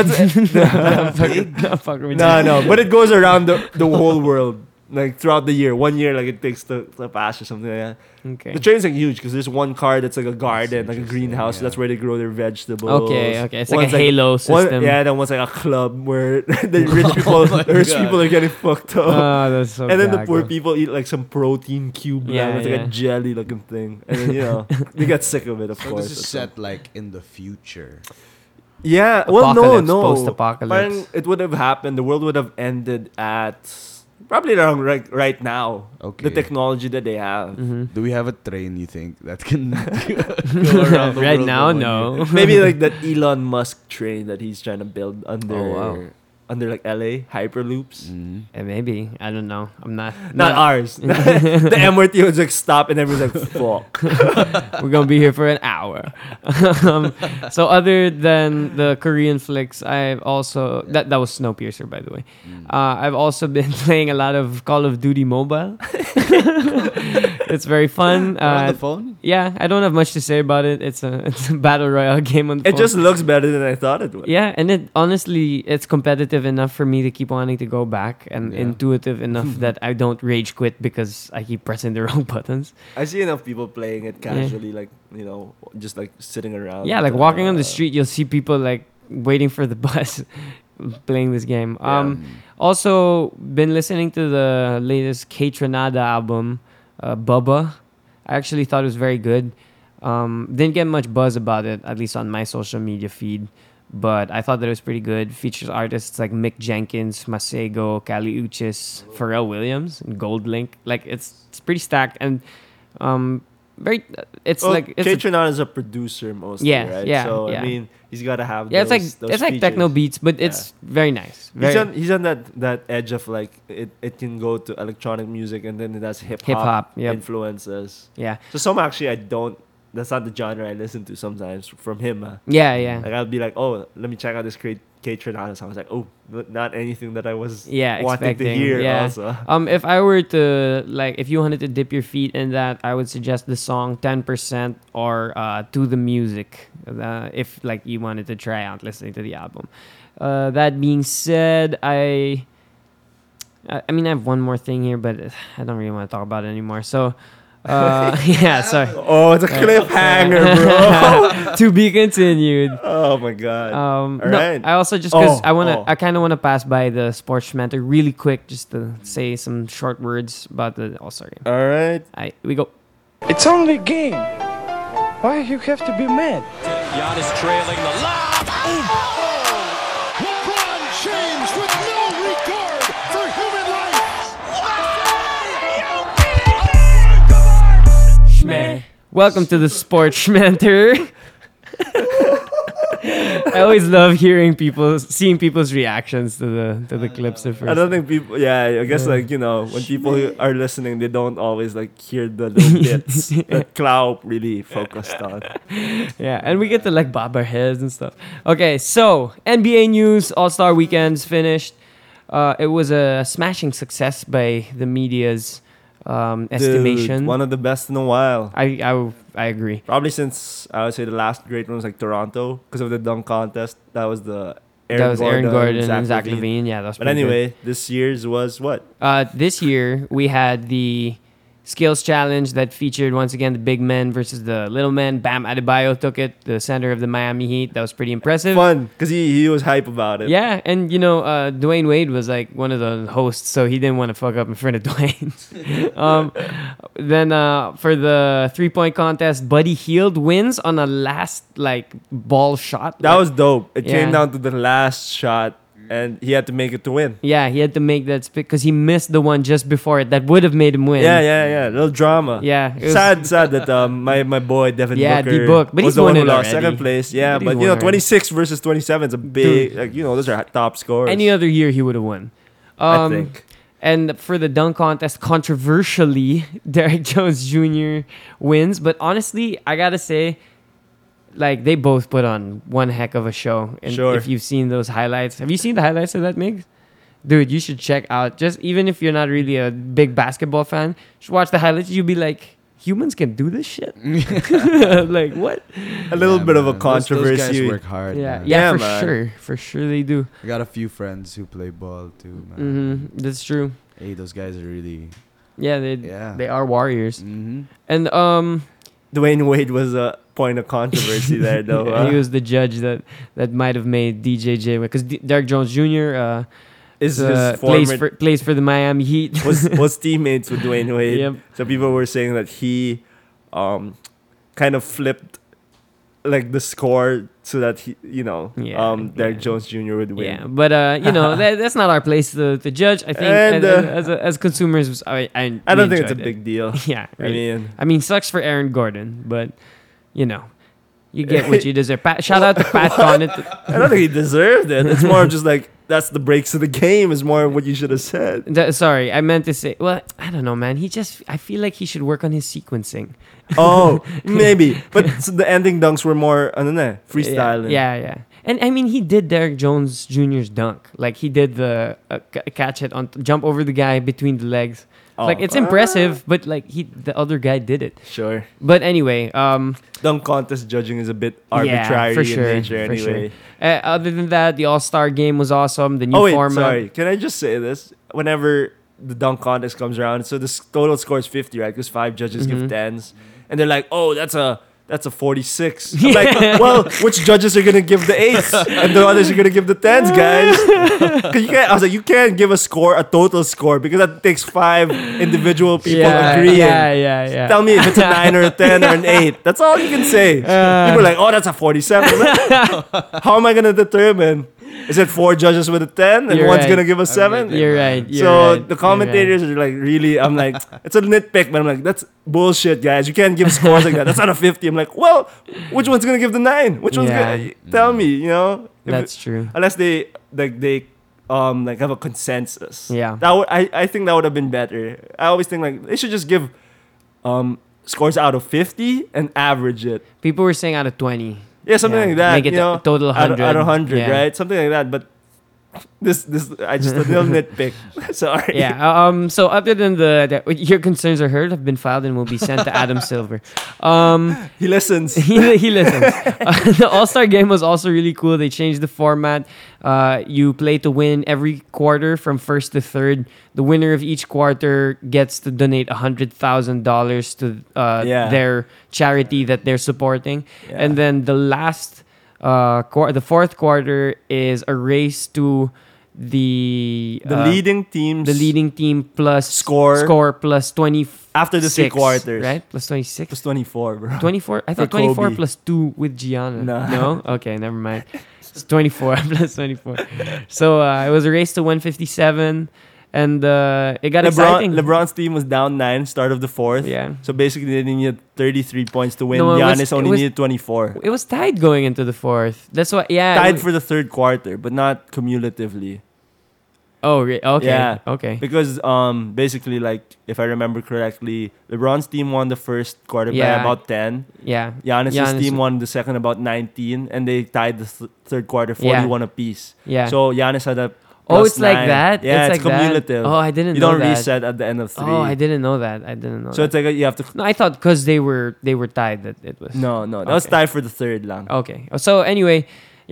it's- Not fucking- not fucking with no, you. no, but it goes around the, the whole world, like throughout the year. One year, like it takes to, to pass or something like that. Okay. The train's like huge because there's one car that's like a garden, like a interesting, greenhouse. yeah. That's where they grow their vegetables. Okay, okay. It's like One's a halo one- system. yeah, then one's like a club where the rich people, my the rich God. people are getting fucked up. Oh, that's so and then the gago. poor people eat like some protein cube, yeah, Yeah, it's like yeah. a jelly looking thing, and then you know they got sick of it, of So course. this or is something. set like in the future. Yeah, well, no, Apocalypse, no. post-apocalypse. Parang It would have happened. The world would have ended at probably around right, right now. Okay. The technology that they have. Mhm. Do we have a train you think that can go around the right world now, in no. one year? Maybe like that Elon Musk train that he's trying to build under Oh, wow. under like LA hyperloops. Mhm. Eh, maybe I don't know. I'm not. Not not- ours. the MRT was like stop and everyone's like fuck. We're gonna be here for an hour. um, so other than the Korean flicks, I've also that that was Snowpiercer, by the way. Mm. Uh, I've also been playing a lot of Call of Duty Mobile. it's very fun. on Uh, the phone? yeah, I don't have much to say about it. It's a it's a battle royale game on. the It phone. just looks better than I thought it would. Yeah, and it honestly, it's competitive enough for me to keep wanting to go back, and Yeah. intuitive enough that I don't rage quit because I keep pressing the wrong buttons. I see enough people playing it casually, like you know, just like sitting around. yeah, like walking on Uh, the street, you'll see people like waiting for the bus, playing this game. Yeah. Um, also been listening to the latest K Tronada album, uh, Bubba. I actually thought it was very good. Um, didn't get much buzz about it, at least on my social media feed, but I thought that it was pretty good. Features artists like Mick Jenkins, Masego, Cali Uchis, Pharrell Williams, and Gold Link. Like it's it's pretty stacked and um, very. It's Well, like it's a- K-Trinon is a producer mostly, Yeah, right? yeah, so yeah. I mean, he's got to have. yeah, it's those- like those it's like techno beats, features. but it's very nice. Very He's on he's on that that edge of like it, it can go to electronic music and then it has hip hip hop hop. Yep. influences. Yeah, So some actually I don't. That's not the genre I listen to sometimes from him. ah. yeah, yeah, Like I'll be like, oh, let me check out this K Trinon song. I was like, oh, n- not anything that I was yeah. wanting Expecting. to hear. yeah. Also, Um, if I were to like, if you wanted to dip your feet in that, I would suggest the song Ten Percent or uh, To the Music. Uh, if like you wanted to try out listening to the album. Uh, that being said, I, I, I mean, I have one more thing here, but I don't really want to talk about it anymore. So, uh, yeah, sorry. oh, it's a cliffhanger, bro. to be continued. oh my god. Um, All no, right. I also just because Oh, I want to, oh. I kind of want to pass by the sports schmenter really quick, just to say some short words about the All Star game. All right. I we go. It's only a game. Why you have to be mad? Giannis trailing the lob. LeBron James with no regard for human life. Welcome to the sports schmenter. I always love hearing people, seeing people's reactions to the to the clips. At first. I don't think people. Yeah, I guess like you know when people are listening, they don't always like hear the little bits that Cloud really focused on. Yeah, and we get to like bob our heads and stuff. Okay, so NBA news All Star weekends finished. Uh, it was a smashing success by the media's um, estimation. Dude, one of the best in a while. I, I I agree. Probably since I would say the last great one was like Toronto because of the dunk contest. That was the Aaron that was Gordon, Aaron Gordon Zach and Zach Levine. Levine. Yeah, that was. But pretty good. anyway, this year's was what? Uh, this year we had the skills challenge that featured once again the big men versus the little men. Bam Adebayo took it, the center of the Miami Heat. That was pretty impressive. Fun because he, he was hype about it. Yeah, and you know, uh, Dwayne Wade was like one of the hosts, so he didn't want to fuck up in front of Dwayne. um, then uh, for the three point contest, Buddy Heald wins on a last like ball shot. that Like, was dope. It Yeah. came down to the last shot, and he had to make it to win. yeah, he had to make that spit because he missed the one just before it that would have made him win. Yeah, yeah, yeah. Little drama. yeah. it was- sad, sad that um, my my boy Devin Yeah, Booker D-Book, but was he's the one won who it lost already. second place. Yeah, But but, he's you won know, already. twenty six versus twenty seven is a big, Dude. like you know, those are top scores. Any other year he would have won. I Um, think. And for the dunk contest, controversially, Derek Jones Jr. wins. But honestly, I gotta say, like they both put on one heck of a show. And Sure. if you've seen those highlights, have you seen the highlights of that, Migs? Dude, you should check out. Just even if you're not really a big basketball fan, just watch the highlights. You'll be like, humans can do this shit. like what? A little bit of a controversy. Those, guys work hard. Yeah, yeah, man. Yeah, for man. sure, for sure they do. I got a few friends who play ball too, man. hmm That's true. Hey, those guys are really. Yeah, they Mm-hmm. Yeah. Mm, they are warriors. Mm-hmm. And um. Dwayne Wade was a point of controversy there, though. Yeah, he huh? was the judge that that might have made DJJ because D- Derek Jones Jr. Uh, Is uh, plays his former for plays for the Miami Heat. was was teammates with Dwayne Wade. Yep. So people were saying that he, um, kind of flipped, like the score so that he, you know, Yeah, um, Derek yeah. Jones Jr. would win. yeah, but uh, you know that, that's not our place to, to judge. I think And, and, and uh, as a, as consumers, I I, I don't we think it's a enjoyed it. big deal. yeah. I really. mean, I mean, sucks for Aaron Gordon, but you know, you get what you deserve. Pat, shout out to Pat Connaughton. I don't think he deserved it. It's more of just like that's the breaks of the game. Is more of what you should have said. Th- sorry, I meant to say. Well, I don't know, man. He just I feel like he should work on his sequencing. Oh, maybe. But s- the ending dunks were more ano na, freestyling. Yeah, yeah, yeah. And I mean, he did Derek Jones Jr.'s dunk. Like he did the uh, c- catch it on jump over the guy between the legs. Oh. Like it's impressive, but like he the other guy did it. Sure. But anyway, um, Dunk contest judging is a bit Yeah, arbitrary for sure, in nature for sure. anyway. uh, other than that, the All Star game was awesome. The new Oh wait, format. sorry. Can I just say this? Whenever the dunk contest comes around, so the s- total score is 50, right? Because five judges Mm-hmm. give tens. And they're like, oh, that's a that's a 46. I'm like, well, which judges are gonna give the eights? And the others are gonna give the tens, guys. 'Cause you can't, I was like, you can't give a score, a total score, because that takes five individual people yeah, agreeing. yeah, yeah, yeah. Tell me if it's a nine or a ten or an eight. That's Uh. all you can say. People are like, oh, that's a forty-seven. How am I gonna determine? It's is it four judges with a ten and You're one's right. gonna give us I'm seven? with you. You're right. You're so right, the you're commentators are like, really? I'm like, it's a nitpick, but I'm like, that's bullshit, guys. You can't give scores like that. That's not a fifty. I'm like, well, which one's gonna give the nine? Which one's Yeah. gonna tell me? You know, If- right. That's true. unless they like they um like have a consensus. Yeah. That would I, I think that would have been better. I always think like they should just give um scores out of fifty and average it. People were saying out of 20. Yeah, something Yeah. like that. Make it you know, a total out of- out 100. of hundred, Yeah. right? Something like that. But this this I just a little nitpick. Sorry. Yeah. Um. So other than the, the your concerns are heard, have been filed and will be sent to Adam Silver. Um. He listens. he, he listens. Uh, the All Star game was also really cool. They changed the format. Uh, you play to win every quarter from first to third. The winner of each quarter gets to donate $100,000 to uh, Yeah. their charity that they're supporting. Yeah. And then the last, uh, quar the fourth quarter is a race to the, The uh, leading teams the leading team plus Score. score plus 20 after the three quarters. right plus 26 Plus twenty four, bro. 24 i thought Kobe. 24 plus 2 with gianna No. no okay never mind it's 24 plus 24 so uh, it was a race to 157 and uh, it got exciting LeBron, LeBron's team was down nine, start of the fourth. Yeah. So basically, they needed 33 points to win. No, it Giannis was- it only was- needed 24. it was tied going into the fourth that's why yeah Tied it- for the third quarter, but not cumulatively. oh re- okay Yeah. okay Because um, basically, like if I remember correctly, LeBron's team won the first quarter by Yeah. about 10. yeah Giannis's Giannis- team won the second about 19, and they tied the th- third quarter Yeah. 41 apiece. yeah So Giannis had a. oh plus it's like nine. that Yeah, it's, like that? cumulative. oh i didn't you know don't that. reset at the end of three. oh i didn't know that i didn't know So that. it's like a, you have to. no i thought because they were they were tied that it was No, no, that was Okay. Oh, tied for the third lang. Okay. So anyway,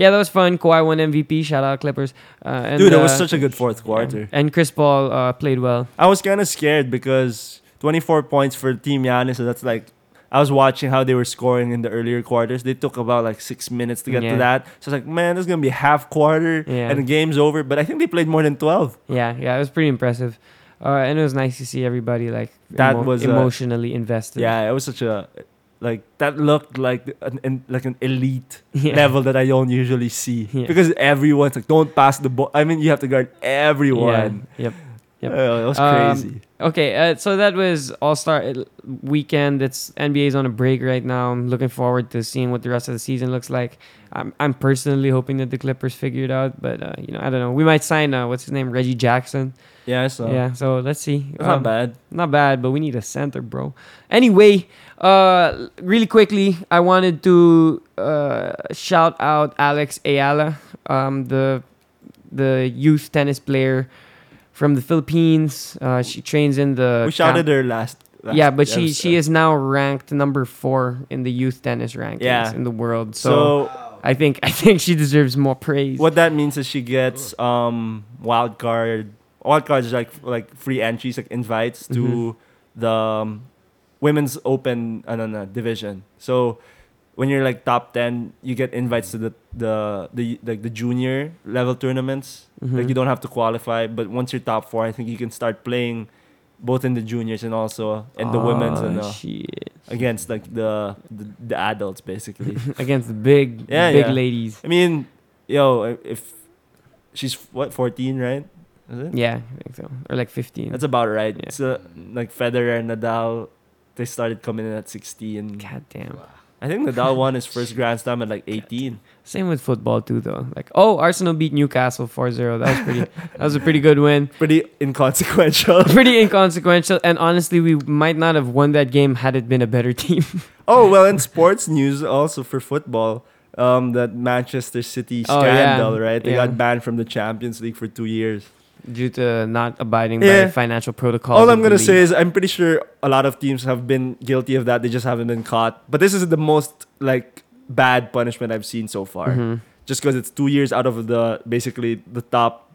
yeah, that was fun. Kawhi won MVP. Shout out Clippers. Uh, and, Dude, that uh, was such a good fourth quarter. And Chris Paul uh, played well. I was kind of scared because 24 points for Team Giannis, so that's like I was watching how they were scoring in the earlier quarters. They took about like six minutes to get Yeah. to that. So it's like, man, this is gonna be half quarter Yeah. and the game's over. But I think they played more than 12. Yeah, yeah, it was pretty impressive. Uh, and it was nice to see everybody like That was, uh, emotionally invested. Yeah, it was such a like that looked like an, an like an elite Yeah. level that I don't usually see Yeah. because everyone's like, don't pass the ball. I mean, you have to guard everyone. Yeah. Yep. Yep. Oh, it was Um, crazy. Okay, uh, so that was All Star weekend. It's NBA's on a break right now. I'm looking forward to seeing what the rest of the season looks like. I'm I'm personally hoping that the Clippers figure it out, but uh, you know I don't know. We might sign uh, what's his name Reggie Jackson. Yeah, so Yeah, so let's see. it's not Um, bad. Not bad, but we need a center, bro. Anyway, uh, really quickly, I wanted to uh, shout out Alex Ayala, um, the the youth tennis player from the Philippines. Uh, she trains in the We shouted her last. last yeah, but she she episode. is now ranked number four in the youth tennis rankings Yeah. in the world. So, so I think I think she deserves more praise. What that means is she gets um wild card. Wild cards is like like free entries, like invites to the um, women's open uh, no, no, division. So when you're like top ten, you get invites to the the the like the junior level tournaments. Mm-hmm. Like you don't have to qualify, but once you're top four, I think you can start playing both in the juniors and also in the women's Oh, and uh, shit. against like the, the the adults basically. against the big Yeah, big yeah. ladies. I mean, yo, if she's what 14, right? Is it? Yeah, I think so. Or like 15. That's about right. Yeah. So like Federer and Nadal, they started coming in at 16. God damn. I think Nadal won his first Grand Slam at like 18. Same with football too, though. Like, oh, Arsenal beat Newcastle 4-0. That was pretty. that was a pretty good win. Pretty inconsequential. Pretty inconsequential, and honestly, we might not have won that game had it been a better team. oh well, in sports news also for football. Um, that Manchester City Oh, yeah. scandal, right? They Yeah. got banned from the Champions League for two years. due to not abiding Yeah. by financial protocols. of All I'm the gonna league. say is I'm pretty sure a lot of teams have been guilty of that. They just haven't been caught. But this is the most like bad punishment I've seen so far. Mhm. Just because it's two years out of the basically the top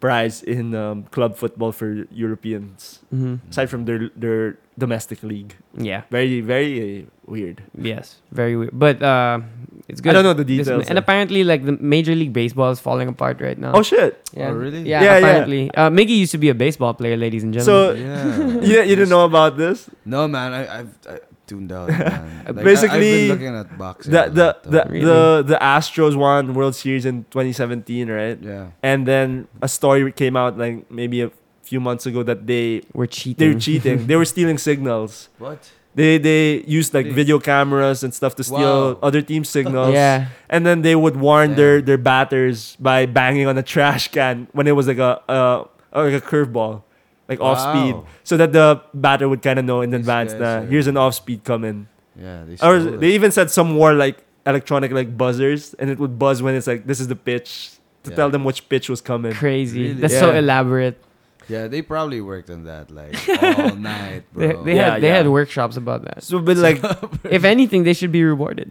prize in um, club football for Europeans, Mhm. aside from their their domestic league. yeah, Very very uh, weird. yes, very weird. But uh, it's good. I don't know the This- details. and apparently, like the Major League Baseball is falling apart right now. oh shit! yeah. Oh, really? Yeah, Yeah, yeah. apparently. Uh, Miggy used to be a baseball player, ladies and gentlemen. So Yeah. you, you didn't know about this? No, man. I, I've I, tuned out. Man. Like, I, I've Basically, been looking at boxing. The a the lot, the, though. Really? the the Astros won World Series in 2017, right? yeah. And then a story came out like maybe a few months ago that they We're cheating. they were cheating. they were stealing signals. What? They they used like Really? video cameras and stuff to steal Wow. other team signals. Yeah. And then they would warn Damn. their their batters by banging on a trash can when it was like a uh like a curveball, like off speed, Wow. so that the batter would kind of know in These advance guys that are- here's an off speed coming. Yeah. They Or stole they it. even said some more like electronic like buzzers, and it would buzz when it's like this is the pitch to Yeah. tell them which pitch was coming. Crazy. Really? That's so Yeah. elaborate. Yeah, they probably worked on that like all night, They, bro. they Yeah, had they yeah. had workshops about that. So, but like if anything, they should be rewarded.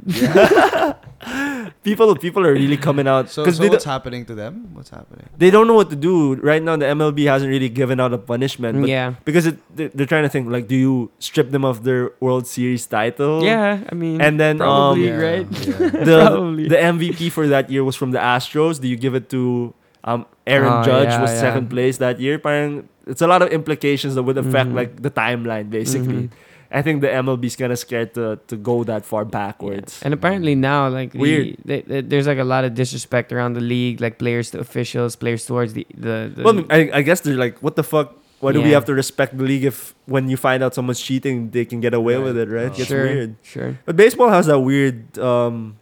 people, people are really coming out so because so they, what's don't, happening to them? What's happening? they don't know what to do right now. The MLB hasn't really given out a punishment, but yeah. because it, they- they're trying to think like, do you strip them of their World Series title? Yeah. I mean. and then, um, probably Yeah, right. yeah. the Probably. the MVP for that year was from the Astros. Do you give it to um Aaron Oh, Judge yeah, was yeah. second place that year? Parang it's a lot of implications that would affect Mhm. like the timeline basically. Mm-hmm. I think the MLB's kind of scared to to go that far backwards. And apparently now, like Weird. the, the, the- there's like a lot of disrespect around the league, like players to officials, players towards the the. the well, I, I guess they're like, what the fuck? Why do we Yeah. have to respect the league if when you find out someone's cheating, they can get away Right. with it, right? Oh. It's sure, weird. Sure. But baseball has that weird um,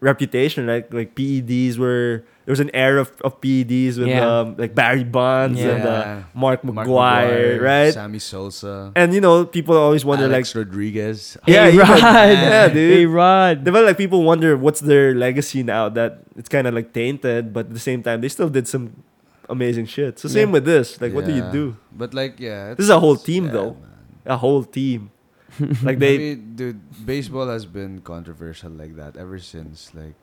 reputation, like like PEDs were there was an era of, of PEDs with Yeah. um, like Barry Bonds and uh, Yeah. Mark McGuire, Mark McGwire, right? Sammy Sosa. And you know, people always wonder Alex like, Rodriguez. yeah, Hey, even- Rod. yeah, dude. Hey, Rod. Diba, like people wonder what's their legacy now that it's kind of like tainted, but at the same time they still did some amazing shit. So same Yeah. with this, like what do you Yeah. do? But like, yeah, This is a whole it's- team, yeah, though. man. A whole team, like I they, mean, dude, baseball has been controversial like that ever since. Like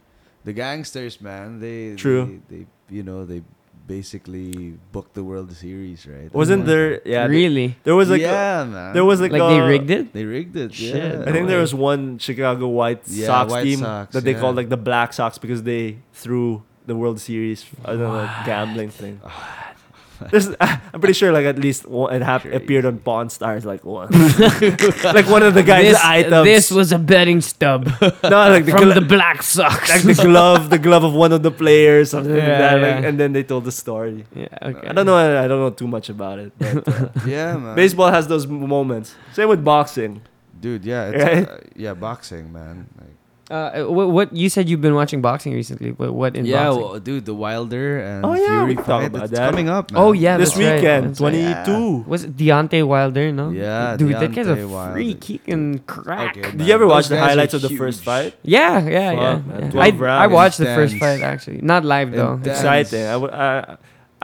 the gangsters, man. They True. They, they you know they basically booked the World Series, right? wasn't there? Yeah, really? there was like a- yeah, man. there was like uh, Like, they a- rigged it? They rigged it. Shit. Yeah. I think No there way. was one Chicago White Yeah, Sox White team Sox, that they yeah. called like the Black Sox because they threw the World Series I don't know, gambling thing. This, I'm pretty sure like at least one, it hap- appeared on Pawn Stars like once. like one of the guys' this, items. this was a betting stub no, like the, from glo- the Black Sox. like the glove, the glove of one of the players, something like Yeah, that. like- yeah. and then they told the story. yeah. Okay. I don't know. I, I don't know too much about it. But, uh, yeah, man. baseball has those moments. Same with boxing. dude. Yeah, it's, Right? uh, yeah, boxing, man. Like, Uh, what, what you said you've been watching boxing recently? What, what in yeah, boxing? well, dude, the Wilder and Oh, yeah, we Fury can talk fight. about It's that. coming up. Man. oh yeah, this that's right, weekend, that's right. 22. Was it Deontay Wilder? No. Yeah, Dude, that guy's a Deontay Wilder. freak. He can crack. Okay, Did man. you ever Those watch the guys are highlights of the first huge. fight? Yeah, yeah, Fuck, man. yeah. yeah. I, 12 I rounds. watched the first Intense. fight actually, not live though. Intense. exciting. I, w- I,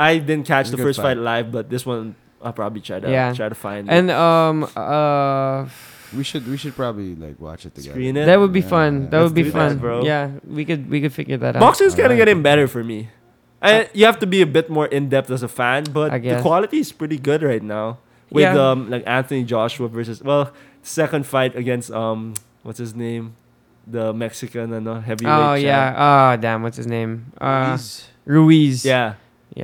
I didn't catch It's the a good first fight. fight. live, but this one I'll probably try to Yeah. try to find And um uh, We should we should probably like watch it it. together. screen it. that would be Yeah, fun. That let's would be do that, fun, bro. Yeah, we could we could figure that out. Boxing's kind of Alright. getting better for me. I, you have to be a bit more in depth as a fan, I but the guess. quality is pretty good right now. With Yeah. um like Anthony Joshua versus well second fight against um what's his name the Mexican and uh, heavyweight Oh champ. yeah. Oh damn, what's his name? Uh, Ruiz. Ruiz. yeah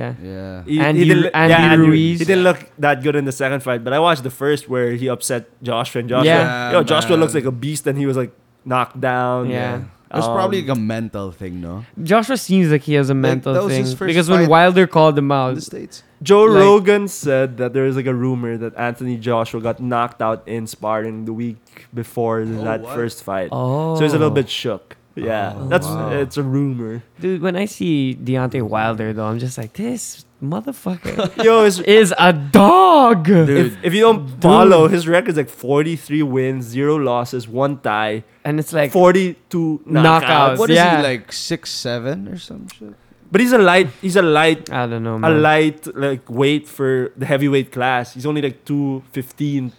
Yeah. Yeah. He- he Andy- didn't look- Andy Ruiz. He didn't look that good in the second fight, but I watched the first where he upset Joshua and Joshua. Yeah. yo, Joshua Man. looks like a beast, and he was like knocked down. Yeah. It's Um, probably like a mental thing, no? Joshua seems like he has a mental that was thing his first because when fight. Wilder called him In the out, states. Joe Like- Rogan said that there is like a rumor that Anthony Joshua got knocked out in sparring the week before that what? first fight, oh, so he's a little bit shook. Yeah, Oh, that's wow. it's a rumor. Dude, when I see Mm-hmm. Deontay Wilder though, I'm just like, this motherfucker Yo, it's, is a dog. if, if you don't follow his record's like forty three wins, zero losses, one tie, and it's like, forty two knockouts. Knockouts. What is is he, Yeah. he like six seven or some shit? But he's a light. He's a light I don't know, a man. light like weight for the heavyweight class. He's only like two fifteen.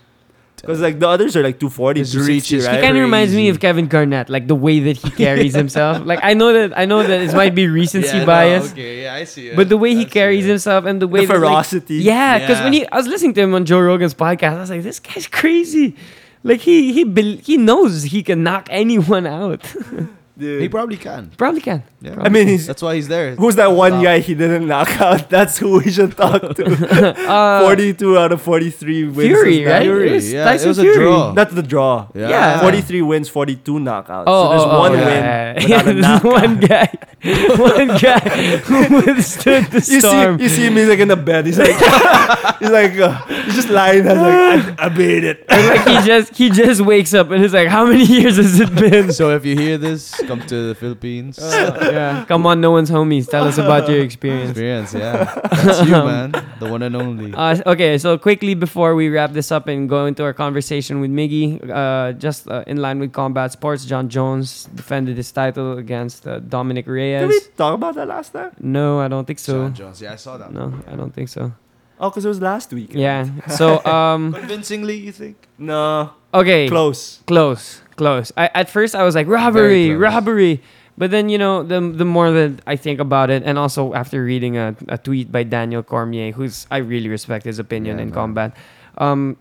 Because like the others are like two forty, His two sixty, reach is- He right? kind of reminds me Crazy. of Kevin Garnett, like the way that he carries himself. Like I know that I know that it might be recency bias, okay, yeah, I see it. but the way he I see carries it. himself and the way The that, like- ferocity. yeah, because Yeah. when he I was listening to him on Joe Rogan's podcast, I was like, this guy's crazy. Like he he bel- he knows he can knock anyone out. Dude. He probably can. Probably can. Yeah. Probably. I mean, he's, That's why he's there. who's that one Stop. guy he didn't knock out? That's who we should talk to. Uh, 42 out of 43 wins. Fury, is not- right? Fury, It was yeah, Tyson it was a Fury. draw. That's the draw. Yeah. Yeah. 43 wins, 42 knockouts. Oh, so there's oh, oh, one yeah, win. yeah, yeah. without a There's knockout. one guy, one guy who withstood the You storm. see, you see him. He's like in the bed. He's like, he's like, uh, he's just lying. there like, I, I made it. like he just he just wakes up and he's like, "How many years has it been?" So if you hear this, come to the Philippines. Oh, yeah, come on, no one's homies. Tell us about your experience. Experience, yeah. That's you, man. The one and only. Uh, okay, so quickly before we wrap this up and go into our conversation with Miggy, uh, just uh, in line with combat sports, John Jones defended his title against uh, Dominic Did we Reyes. talk about that last time? No, I don't think so. John Jones. Yeah, I saw that. No, I don't think so. Oh, because it was last week. Yeah. So um, Convincingly, you think? No, okay. close. close close I, at first i was like robbery close. robbery but then you know the, the more that i think about it and also after reading a, a tweet by daniel cormier who's i really respect his opinion Yeah, in man. combat um,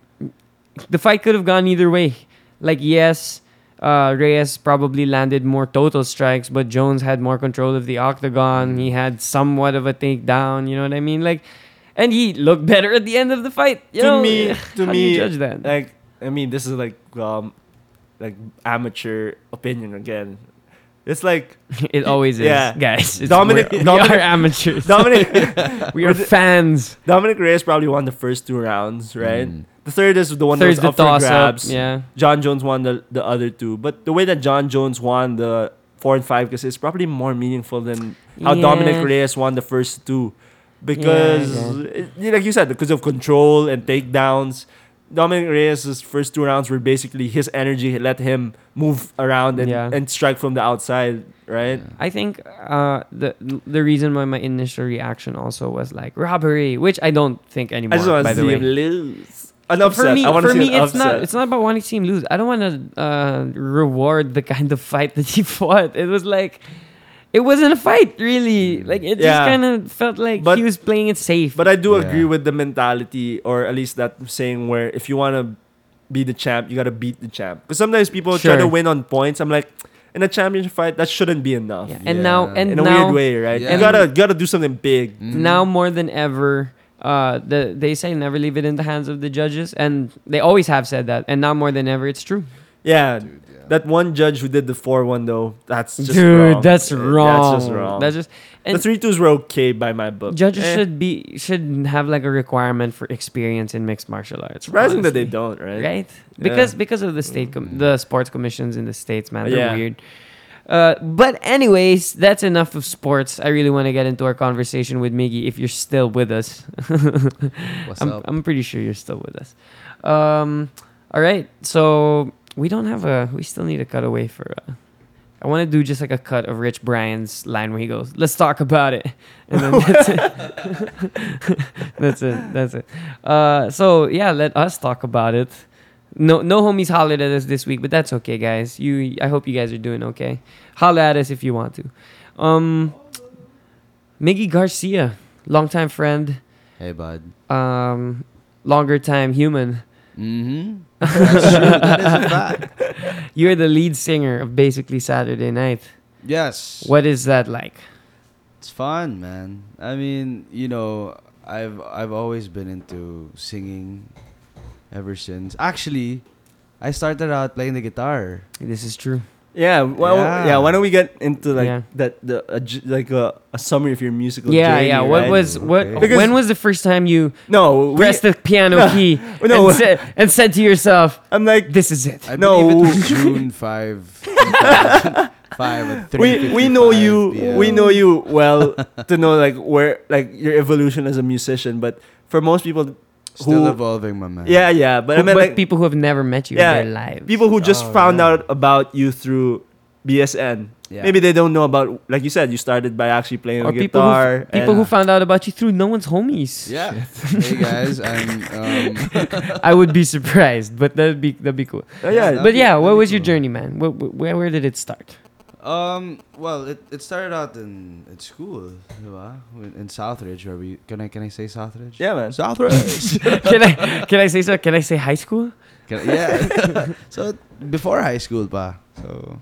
the fight could have gone either way like yes uh, reyes probably landed more total strikes but jones had more control of the Mm. octagon he had somewhat of a takedown you know what i mean like and he looked better at the end of the fight you to know? me, to How do me, you judge that like I mean, this is like um, like amateur opinion again. It's like It always is, Yeah. guys. It's, Dominic- we're- we Dominic- are amateurs. Dominic we are fans. Dominic Reyes probably won the first two rounds, right? The third is the one There's that Mm. the toss was up for up. grabs. Yeah, John Jones won the, the other two, but the way that John Jones won the four and five because it's probably more meaningful than how Yeah. Dominic Reyes won the first two, because it- like you said, because of control and takedowns. Dominic Reyes' first two rounds were basically his energy let him move around and, Yeah. and strike from the outside, right? I think uh, the the reason why my initial reaction also was like robbery, which I don't think anymore. I just want by to the see way. him lose. An upset. For me, I want to for see me, an it's not upset. it's not about wanting to see him lose. I don't want to uh, reward the kind of fight that he fought. It was like. It wasn't a fight, really. Like it just Yeah. kind of felt like But- he was playing it safe. But I do agree Yeah. with the mentality, or at least that saying where if you want to be the champ, you got to beat the champ. Because sometimes people try Sure. to win on points. I'm like, in a championship fight, that shouldn't be enough. Yeah. And now, Yeah. and In a now, weird way, right? Yeah. You gotta gotta do something big. now more than ever uh the they say never leave it in the hands of the judges and they always have said that and now more than ever it's true Yeah. That one judge who did the four one though, that's just dude wrong. that's Yeah, wrong That's just wrong. that's just and the three twos were okay by my book. judges Eh, should be should have like a requirement for experience in mixed martial arts surprising that they honestly. don't, right? right? Because because of the state com- the sports commissions in the states, man, they're Yeah. weird. Uh, but anyways, that's enough of sports. I really want to get into our conversation with Miggy if you're still with us. What's I'm, up? I'm pretty sure you're still with us. Um, all right, so we don't have a. We still need a cutaway for. Uh, I want to do just like a cut of Rich Brian's line where he goes, "Let's talk about it," and then that's it. that's it. That's it. Uh, so yeah, let us talk about it. No, no homies hollered at us this week, but that's okay, guys. You, I hope you guys are doing okay. Holler at us if you want to. Um, Miggy Garcia, longtime friend, Hey, bud. um, longer time human. Mm-hmm. That's true. That is a fact. You're the lead singer of basically Saturday Night. Yes. What is that like? It's fun, man. I mean, you know, I've I've always been into singing ever since. Actually, I started out playing the guitar. This is true. Yeah, well, yeah. Yeah. Why don't we get into like Yeah. that the a j like a, a summary of your musical yeah, journey? yeah. What right? was what? Okay. Because- when was the first time you no? We, pressed the piano key no. and, said, and said to yourself, I'm like "This is it." I No. believe it was June 5. 5 at 3. we we know you we know you well to know like where like your evolution as a musician but for most people Still who- evolving, my man. yeah yeah but i But, mean like people, people who have never met you Yeah, in their lives. who just Oh, found yeah. out about you through bsn Yeah. maybe they don't know about like you said you started by actually playing or the people who, guitar people who and- found out about you through no one's homies. Yeah. hey guys, I'm um, I would be surprised, but that'd be that'd be cool. Oh, yeah That'd but be- yeah, what that'd be was your cool. journey, man? Wh- wh- where where did it start? Um. Well, it, it started out in at school, diba? When- in Southridge. Where we can I can I say Southridge? yeah man Southridge. can I can I say so? Can I say high school? Can I- yeah. so before high school, pa. So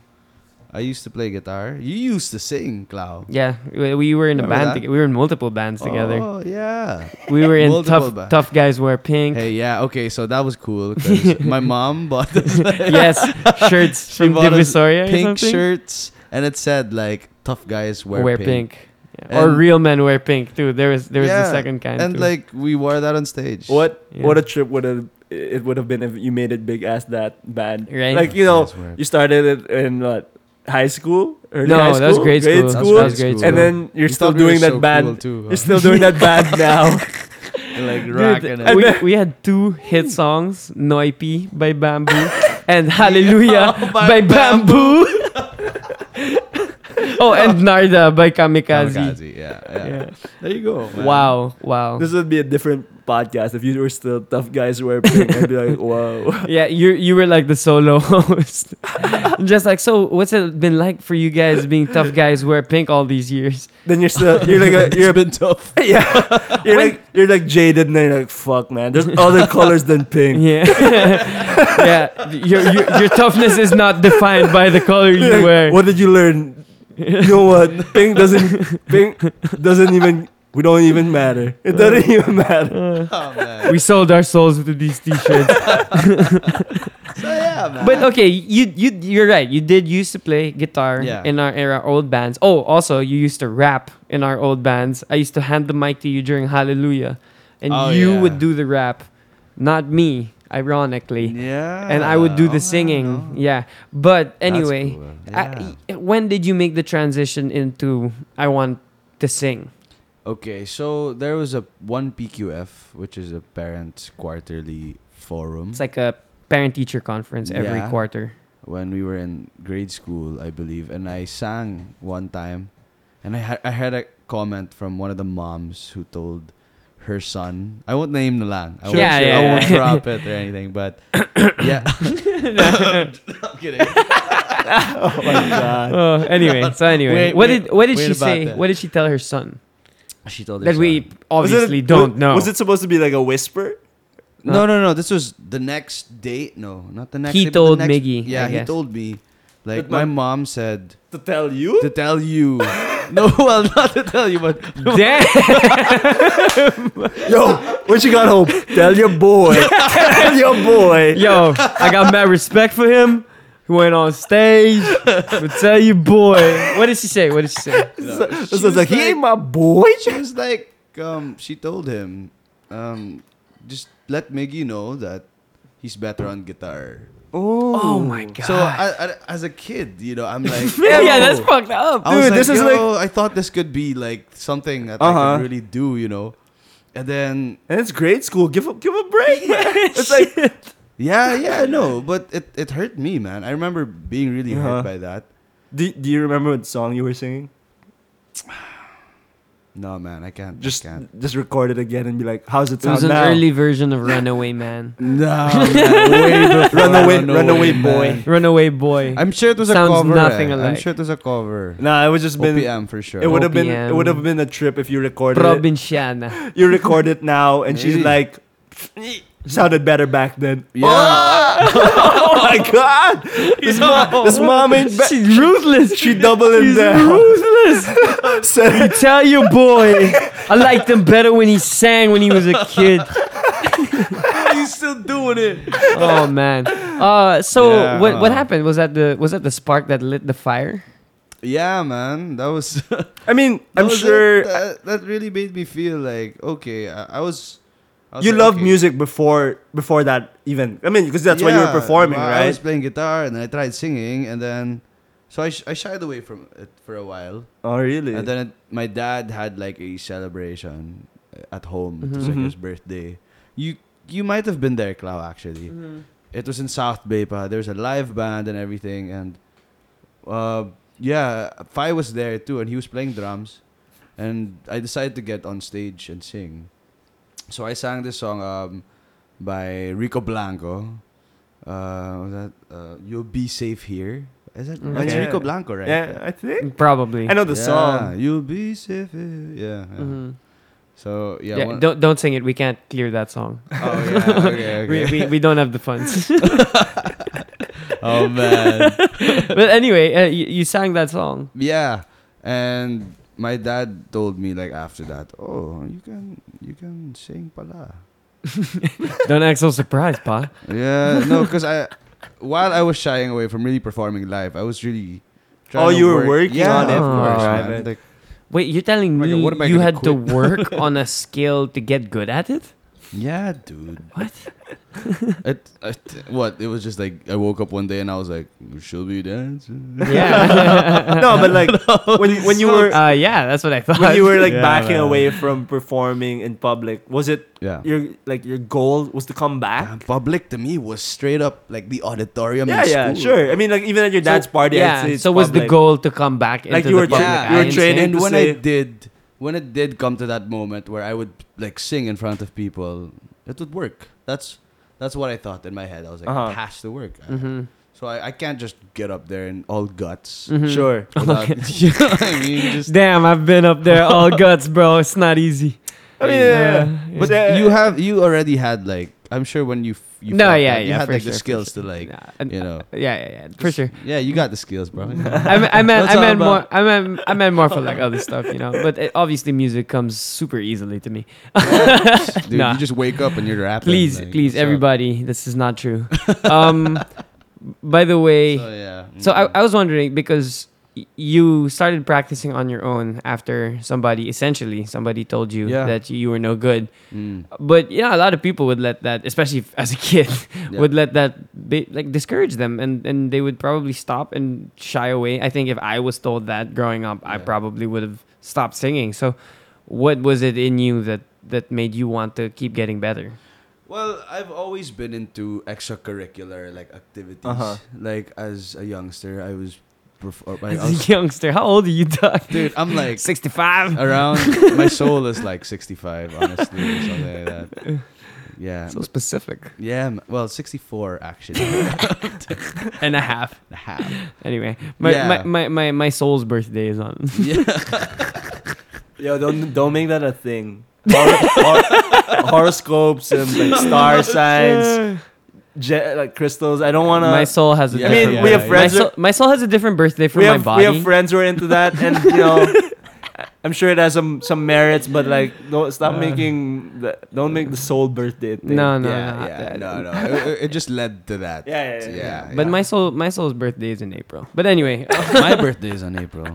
I used to play guitar. You used to sing, Clow. Yeah, we, we were in a Remember band. that? toge- we were in multiple bands together. Oh yeah. We were in Multiple tough, ba- tough guys wear pink. Hey, yeah. Okay, so that was cool. 'cause my mom bought us yes, shirts She from bought us Divisoria. or pink something. shirts, and it said like tough guys wear, wear, pink, Yeah. or And- real men wear pink too. There was there was Yeah, the second kind. And too. like we wore that on stage. What Yeah. what a trip would have it would have been if you made it big as that band. Right. Like you know, That's weird. you started it in what high school? Early no, high that was grade school. That's That was grade grade school. And then you're We still thought we were doing that so band. cool too, huh? you're still doing that band now. And, like rocking Dude, it. we, we had two hit songs, Noipi by Bamboo and Hallelujah Oh, by, Bamboo. oh, and Narda by Kamikaze. Kamikaze, Yeah, yeah. Yeah. There you go. man. Wow, wow. This would be a different podcast if you were still tough guys who were pink. I'd be like, whoa. Yeah, you you were like the solo host. Just like so, what's it been like for you guys being tough guys wear pink all these years? Then you're still you're like a, It's you're been tough. yeah you're like you're like jaded and then you're like fuck man. There's other colors than pink. Yeah, yeah. Your, your your toughness is not defined by the color You're you like, wear. What did you learn? You know what? Pink doesn't pink doesn't even we don't even matter. It Uh, doesn't even matter. Oh, man. We sold our souls to these t-shirts. So, Oh, yeah, man. But okay, you you you're right. You did used to play guitar Yeah. in our era old bands. Oh, also you used to rap in our old bands. I used to hand the mic to you during Hallelujah, and Oh, you yeah. would do the rap, not me, ironically. yeah. And I would do the Oh, singing. no. Yeah. But That's anyway, cool. Yeah. I- when did you make the transition into I want to sing? Okay, so there was a one PQF, which is a parents quarterly forum. It's like a parent teacher conference every Yeah. quarter. when we were in grade school, I believe, and I sang one time, and I had I had a comment from one of the moms who told her son. I won't name the lang. I won't, Yeah, say- yeah, I yeah. won't drop it or anything, but yeah. I'm kidding. Oh my god. Oh, anyway, so anyway, Wait, what wait, did what did she wait about say? that. What did she tell her son? She told her that we Was son. it- obviously don't was- know. Was it supposed to be like a whisper? No, no, no. This was the next date. No, not the next. He day, but the told next- Miggy, I Yeah, he guess. told me. Like But my- my mom said To tell you? to tell you. no, well, not to tell you, but Damn. Yo, when she got home, tell your boy. tell your boy. Yo, I got mad respect for him. He went on stage. But tell you, boy. What did she say? What did she say? so it's like, he ain't my boy. she was like, um, she told him, um, just let Miggy know that he's better on guitar. Oh my god. So I, I, as a kid, you know, I'm like, yeah, yo. that's fucked up. I was Dude, like, this is yo, I thought this could be like something that I Uh-huh. could really do, you know. And then And it's grade school. Give a give a break, man. It's like yeah, yeah, no, but it, it hurt me, man. I remember being really Uh-huh. hurt by that. do, do you remember what song you were singing? No, man, I can't. Just I can't. just record it again and be like, how's it It sound was an now? early version of Runaway Man. No, man, way before Runaway- Runaway Runaway Man. Boy. Runaway Boy. I'm sure it was Sounds a cover. nothing eh. I'm alike. sure it was a cover. Nah, it was just been OPM for sure. it would have been it OPM. would have been a trip if you recorded it. Provinciana. You record it now and she's Maybe. like sounded better back then. yeah. Oh my god! This, mom, this mom ain't ba- She's ruthless. she doubling She's down. ruthless. Said- Tell your boy. I liked him better when he sang when he was a kid. He's still doing it. Oh man. Uh, so Yeah. what what happened? Was that the was that the spark that lit the fire? Yeah, man. That was. that I mean, I'm was it. sure That, that really made me feel like okay. I, I was. I was you like, loved okay. music before before that even. I mean, because that's why you were Yeah, performing, I- I right? was playing guitar and then I tried singing and then, so I, sh- I shied away from it for a while. oh, really? And then it, my dad had like a celebration at home. It was like his birthday. You you might have been there, Clau, actually. It was in South Bay, pa. There was a live band and everything. And uh, yeah, Fai was there too, and he was playing drums. And I decided to get on stage and sing. So I sang this song um, by Rico Blanco. Uh, was that uh, You'll Be Safe Here? Is that Mm. that's Okay. Rico Blanco, right? yeah, I think Probably. I know the Yeah, song. Mm-hmm. You'll be safe. here. Yeah. yeah. Mhm. So yeah. Yeah, one- don't don't sing it. We can't clear that song. oh yeah. Okay. okay. We, we, we don't have the funds. Oh man. but anyway, uh, you, you sang that song. Yeah, and my dad told me like after that, oh, you can you can sing pala. Don't act so surprised, pa. Yeah, no, because I while I was shying away from really performing live, I was really. Trying Oh, to you were work- working yeah, on it. of course, Oh, man. man. Like, Wait, you're telling Oh my me God, what am I you gonna had to work on a scale to get good at it? yeah, dude. What? It, it, what? It was just like I woke up one day and I was like, she'll be dancing. Yeah. no, but like when you, when you were uh, yeah, that's what I thought. when you were like Yeah, backing man. away from performing in public, was it Yeah. your like your goal was to come back? And public to me was straight up like the auditorium. yeah, in yeah, school. sure. I mean, like even at your dad's party, Yeah. I'd say it's so was the public. goal to come back into Like you were the public tra- eye you were and training sing? And to when I say- did, when it did come to that moment where I would like sing in front of people, it would work. That's that's what I thought in my head. I was like, Uh-huh. it has to work. Mm-hmm. So I, I can't just get up there and all guts. Mm-hmm. Sure. without- you know what I mean? Just- Damn, I've been up there all guts, bro. It's not easy. I mean, yeah, yeah. Yeah. but Yeah. you have you already had like I'm sure when you, f- you no, felt yeah, that, you yeah, had for like sure, the for skills sure. to like Nah, and- you know yeah, yeah, yeah, for sure. yeah you got the skills bro I, mean- I meant, I That's all meant more, about- I meant, I meant more for like other stuff, you know. But it, obviously, music comes super easily to me. dude Nah. you just wake up and you're rapping Please, like, please, so- everybody, this is not true. Um, by the way, so yeah So I, Mm. I was wondering because y- you started practicing on your own after somebody essentially somebody told you Yeah. that you were no good Mm. but yeah a lot of people would let that especially if- as a kid Yeah. would let that be, like discourage them and and they would probably stop and shy away i think if i was told that growing up i Yeah. probably would have stopped singing so what was it in you that that made you want to keep getting better Well, I've always been into extracurricular like activities. Uh-huh. Like as a youngster, I was, perfor- I as was a youngster how old are you doc dude. I'm like 65 around my soul is like 65, honestly, or something like that. Yeah, so specific yeah. m- Well, 64 actually, and and a half a half. Anyway, my, Yeah. my, my, my, my soul's birthday is on. Yeah, Yo, don't don't make that a thing. Hor- hor- horoscopes and like star signs, je- like crystals. I don't wanna. my soul has a Yeah, I mean, different we yeah, have yeah. my, friends. soul, my soul has a different birthday for we my have body. we have friends who are into that, and you know, I'm sure it has some some merits, but like, don't stop making the, don't make the soul birthday thing. no, no, no. yeah, yeah. No, no. It, it- it just led to that. Yeah, yeah, yeah, yeah. But yeah. my soul my soul's birthday is in April. But anyway, my birthday is on April.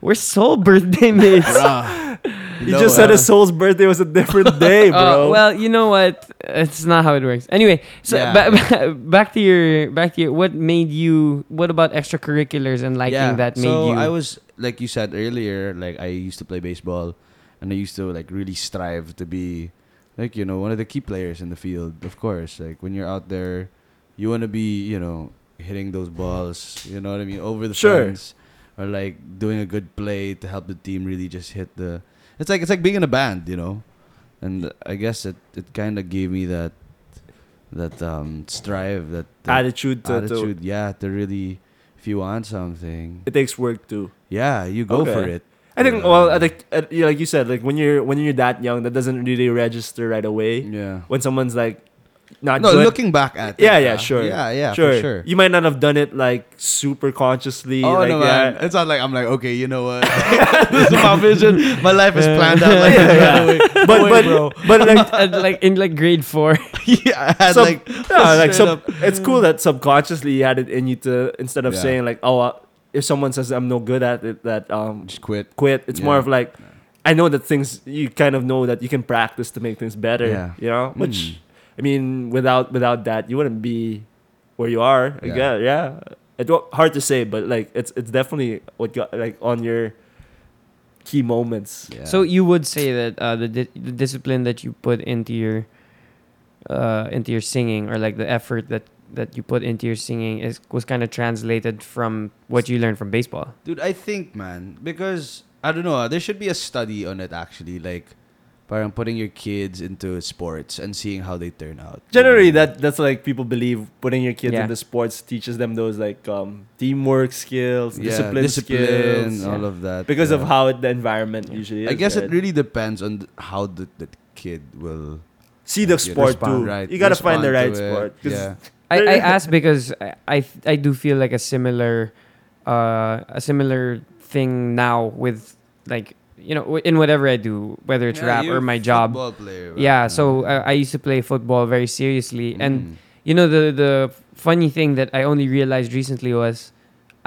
we're soul birthday mates. Bruh. You No, just said uh, Oh, his soul's birthday was a different day, bro. Uh, well, you know what? It's not how it works. Anyway, so Yeah. ba- ba- back to your back to your what made you what about extracurriculars and liking that made so you I was like you said earlier, like I used to play baseball and I used to like really strive to be like, you know, one of the key players in the field, of course. Like when you're out there, you wanna be, you know, hitting those balls, you know what I mean, over the Sure. fence. Or like doing a good play to help the team really just hit the it's like it's like being in a band, you know? And I guess it, it kinda gave me that that um strive, that, that attitude to, to- attitude, yeah, to really if you want something, it takes work too. yeah, you go Okay. for it. I think. Yeah. Well, I think, uh, yeah, like you said, like when you're when you're that young, that doesn't really register right away. Yeah. When someone's like, not Mm. No, good. looking back at it. Yeah, yeah, uh, sure. Yeah, yeah, sure. for sure. You might not have done it like super consciously. Oh like, no, yeah. man! It's not like I'm like, okay, you know what? this is my vision. My life is planned out like this. right away. But but but like. at, like in like grade four? yeah, I had sub- like, yeah, like straight sub- up- it's cool that subconsciously you had it in you to instead of Yeah. saying like oh uh, if someone says I'm no good at it that um just quit. quit it's more Yeah. of like I know that things you kind of know that you can practice to make things better Yeah. you know which Mm. I mean without without that you wouldn't be where you are I Yeah. guess yeah it's wa- hard to say but like it's it's definitely what got like on your key moments Yeah. So you would say that uh, the di- the discipline that you put into your uh, into your singing, or like the effort that that you put into your singing, is was kind of translated from what you learned from baseball. Dude, I think, man, because I don't know, uh, there should be a study on it actually, like parang putting your kids into sports and seeing how they turn out. generally that that's like people believe putting your kids Yeah. into sports teaches them those like um teamwork skills Yeah, discipline, skills all yeah. of that. because of yeah. how it, the environment usually is I guess right? it really depends on th- how the, the kid will see the you sport respond, too right, you gotta find the right respond to it, sport 'Cause yeah. I, I ask because I, I I do feel like a similar uh a similar thing now with like you know in whatever I do whether it's rap or my job Football player, right? Mm. yeah so uh, I used to play football very seriously and you know the the funny thing that I only realized recently was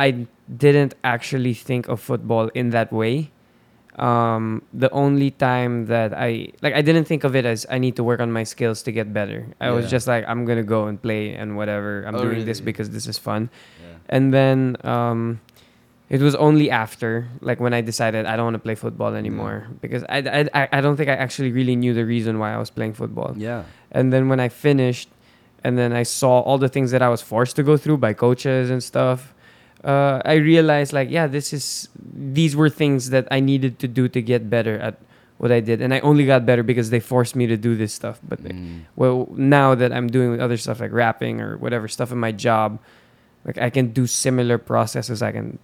I didn't actually think of football in that way um the only time that I like I didn't think of it as I need to work on my skills to get better I was Yeah. just like I'm going to go and play and whatever I'm Oh, doing this really? because this is fun Yeah. and then um, it was only after, like, when I decided I don't want to play football anymore because I, I- I, I don't think I actually really knew the reason why I was playing football. Yeah. And then when I finished, and then I saw all the things that I was forced to go through by coaches and stuff, uh, I realized, like, yeah, this is these were things that I needed to do to get better at what I did, and I only got better because they forced me to do this stuff. But Mm. well now that i'm doing other stuff like rapping or whatever stuff in my job like i can do similar processes i can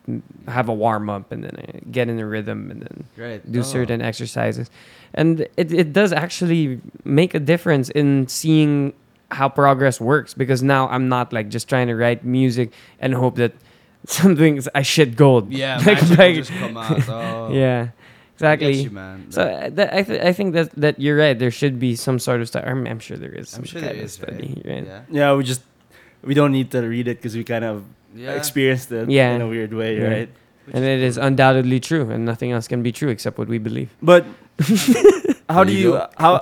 have a warm up and then I get in a rhythm and then Great. do Oh. certain exercises and it, it does actually make a difference in seeing how progress works because now i'm not like just trying to write music and hope that something i shit gold Yeah, Like- magic will like- just come out. Oh. yeah I get exactly you, man. so Like, uh, that, I, th- I think that that you're right. There should be some sort of study. I'm, I'm sure there is. some I'm sure there kind of is, right? study, right? Yeah. Yeah, we just we don't need to read it because we kind of Yeah. experienced it Yeah. in a weird way, Yeah. right? And it is undoubtedly true, and nothing else can be true except what we believe. But how There do you you go. how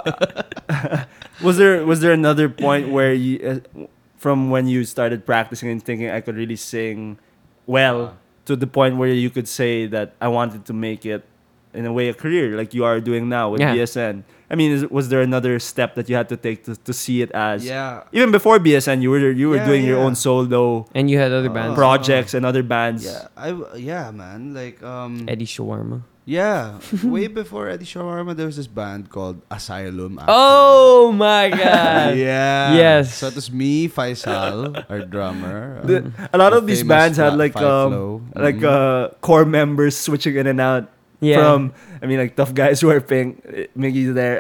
was there was there another point where you uh, w- from when you started practicing and thinking I could really sing Uh-huh. well to the point where you could say that I wanted to make it in a way a career like you are doing now with Yeah. BSN? I mean, is, was there another step that you had to take to, to see it as Yeah. even before BSN you were you were Yeah, doing your yeah. own solo And you had other bands, Pro- projects and other bands. Yeah. I w- yeah, man. Like um. Eddie Shawarma. Yeah. Way before Eddie Shawarma, there was this band called Asylum. actually. Oh my god! Yeah. Yes. So it was me, Faisal, our drummer. The- um, a lot of the these famous bands had Fla- like Five um Flow. like Mhm. uh core members switching in and out Yeah. from I mean like tough guys who are pink Miggy's there,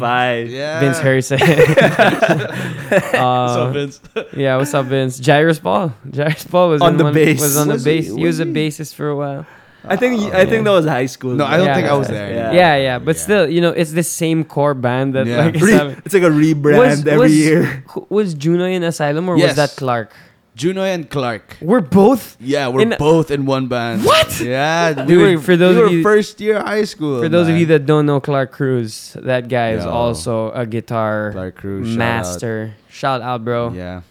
Fi. Five. yeah. Vince Harrison. Ah. Uh, Vince? yeah, what's up, Vince? Jairus Paul. Jairus Paul was On in the one- bass. Was on Was the he- bass. He, was was a he? bassist for a while. I think I think that was high school. Oh, No, I don't Yeah. think I was there. Yeah. Yeah, anymore. yeah, but Yeah. still, you know, it's the same core band that Yeah. like is Re- having- it's like a rebrand every year. who- Was Juno in Asylum or Yes. was that Clark? Juno and Clark. We're both. Yeah, we're In- both in one band. What? Yeah, Dude, we were, for those we of were you- first year high school. For those of you man. that don't know Clark Cruz, that guy is Yo. also a guitar Clark Cruz shout out. master. Shout out, bro. Yeah.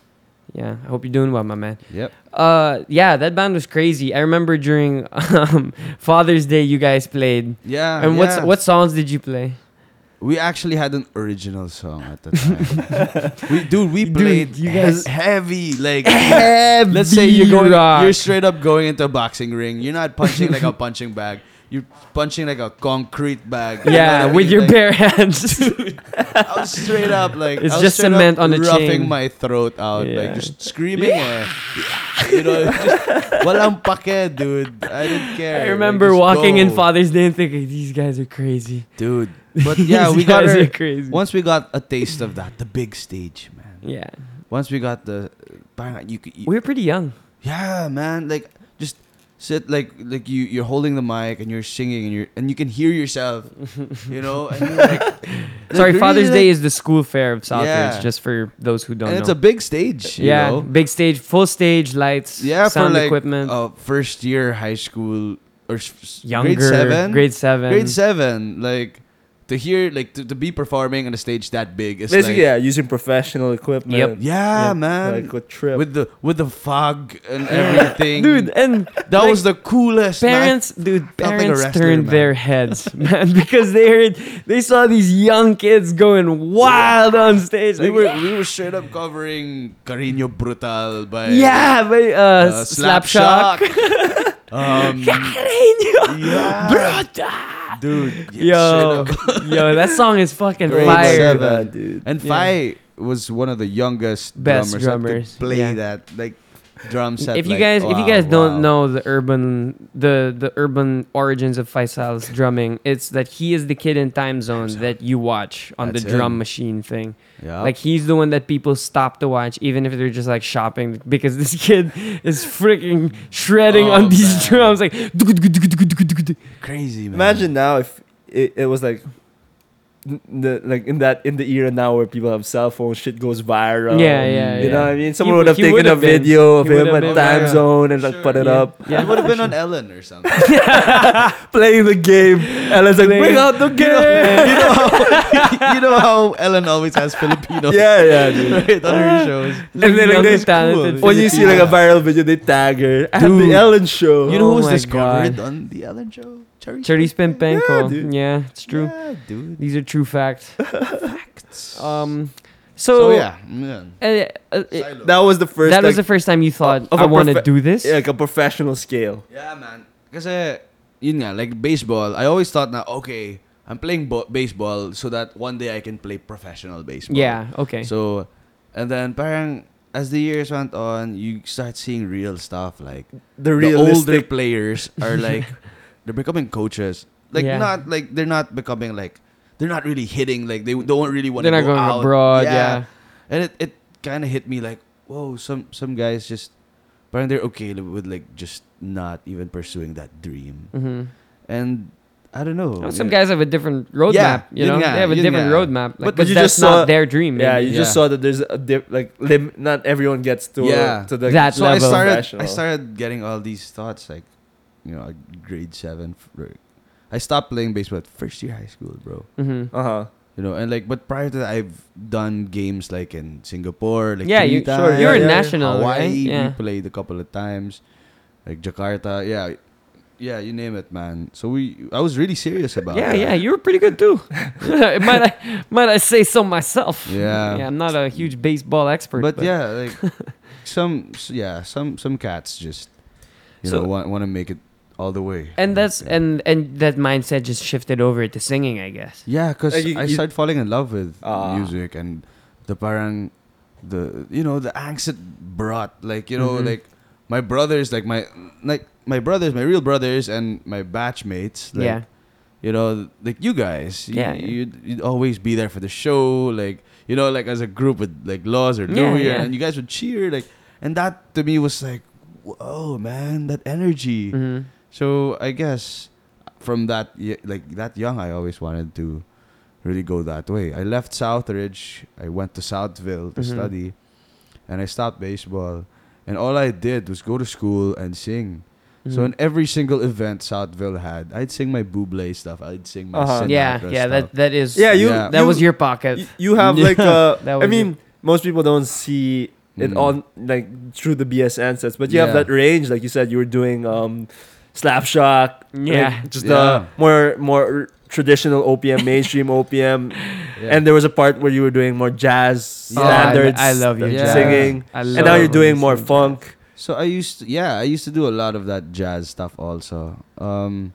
Yeah. I hope you're doing well, my man. Yep. Uh, yeah, that band was crazy. I remember during um, Father's Day, you guys played. Yeah. And what's Ah, yeah. what songs did you play? We actually had an original song at the time. we dude, we Dude, played you guys- he- heavy like Let's say you're Heavy going rock. you're straight up going into a boxing ring. You're not punching like a punching bag. You're punching like a concrete bag. You know Yeah, what I with mean? your Like, bare hands. I was straight up like It's I was just straight up cement on a chain. roughing my throat out, like Yeah. just screaming. eh. you know, just walang pake, dude. I didn't care. I remember Like, just walking in go. Father's Day and thinking, these guys are crazy. dude. But yeah, These we got guys our, are crazy. once we got a taste of that, the big stage, man. Mm. Yeah. Once we got the, parang you, could- you We were pretty young. yeah, man. Like just sit like like you you're holding the mic and you're singing and you're and you can hear yourself, you know. And you're like, Sorry, like, Father's really, Day like- is the school fair of Southridge, Yeah. just for those who don't and know. it's a big stage. You yeah, know? big stage, full stage lights, yeah, sound for like equipment, uh, first year high school or s- s- younger, grade seven, grade seven. grade seven, like to hear like to, to be performing on a stage that big is Basically, yeah, like, using professional equipment. Yep. yeah, man, Like a trip. with the with the fog and everything, dude, and That was the coolest. night. parents, dude, like a parents wrestler, turned man. their heads, man, because they heard they saw these young kids going wild on stage. We like, were we were straight up covering Carino Brutal by yeah, but uh, uh, Slapshot, Slapshot. um, yeah, dude, yo, yo, that song is fucking Grade fire. seven. dude. And Yeah. Fai was one of the youngest Best drummers, that could drummers, play yeah. that. Like drum set. if you like, guys if you wow, guys don't wow. know the urban the the urban origins of Faisal's drumming, it's that he is the kid in time zone that you watch on That's the drum him. machine thing. Yeah. Like he's the one that people stop to watch, even if they're just like shopping, because this kid is freaking shredding Oh, on these drums, like crazy man. Imagine now if it, it was like n- the like in that in the era now where people have cell phones, shit goes viral. Yeah, yeah, You know yeah. what I mean? He Someone w- would have he taken would a have been. video of He would have him at been. time Yeah. zone and like put it Yeah. up, it would have been on Ellen or something. playing the game. And it's like bring out the game. you know how you know how Ellen always has Filipinos. yeah, yeah. Dude. right, Uh, on her shows. And then young, like, they, talented when you see like a Filipino. viral video, they tag her at Dude. the Ellen show. You know Oh who's my discovered God. on the Ellen show? Cherry. Charisse Pimpenko. dude. Yeah, it's true. Yeah, dude. These are true facts. Um, so, So yeah, yeah. uh, uh, that was the first. that like, was the first time you thought of I a want to profe- do this. yeah, like a professional scale. Yeah, man. Kasi, yun nga, like baseball, I always thought na, okay, I'm playing bo- baseball so that one day I can play professional baseball. Yeah, okay. So, and then parang, as the years went on, you start seeing real stuff. Like, The the older realistic. players are like, they're becoming coaches. Like, Yeah. not, like, they're not becoming like, they're not really hitting. Like, they don't really want to They're not go going out. abroad, yeah. And it, it kind of hit me like, whoa, some, some guys just, parang they're okay with like just not even pursuing that dream. hmm And I don't know. Some guys have a different roadmap. you yun know, nga, they have a yun different nga. roadmap. Like, but But you that's just not saw- their dream. Yeah, maybe. you just Yeah. saw that there's a dip, like lim- not everyone gets to Yeah. to the That So I level. started. Professional. I started getting all these thoughts like, you know, like grade seven. f- I stopped playing baseball at first year high school, bro. Mhm. Uh huh. You know, and like, but prior to that, I've done games like in Singapore, like Yeah, you- three times, you're a national, Hawaii, right? Yeah. we played a couple of times, like Jakarta, yeah, yeah, you name it, man. So we, I was really serious about. Yeah, that. yeah, you were pretty good too. might I might I say so myself? Yeah. yeah. I'm not a huge baseball expert, but, yeah, like some s- yeah, some some cats just you So- know want want to make it all the way. and that's yeah, and and that mindset just shifted over to singing, I guess. yeah, cause Like, you- I you- started falling in love with Ah. music and the parang the you know the angst it brought like you know Mhm. like my brothers like my like my brothers my real brothers and my batchmates like, yeah, you know like you guys you, Yeah, yeah. You'd, you'd always be there for the show like you know like as a group with like laws or Yeah, Louie yeah. and you guys would cheer like and that to me was like whoa man that energy Mhm. so i guess from that y- like that young i always wanted to really go that way i left southridge i went to southville to Mhm. study and i stopped baseball and all i did was go to school and sing so Mhm. in every single event Southville had, I'd sing my Buble stuff. I'd sing my Uh-huh. Sinatra yeah, stuff. yeah. That that is Yeah, you- Yeah. that you- was your pocket. Y- you have Yeah. like a. That I was mean, most people don't see it Mm. on like through the BSN sets, but you have Yeah. that range, like you said, you were doing um, slap shock, Yeah. like, just Yeah. the more more traditional OPM, mainstream OPM, Yeah. and there was a part where you were doing more jazz Oh, I- standards. I, love your the jazz. singing, I and now love you're doing more singing. funk. so I used to, yeah, I used to do a lot of that jazz stuff also. Um,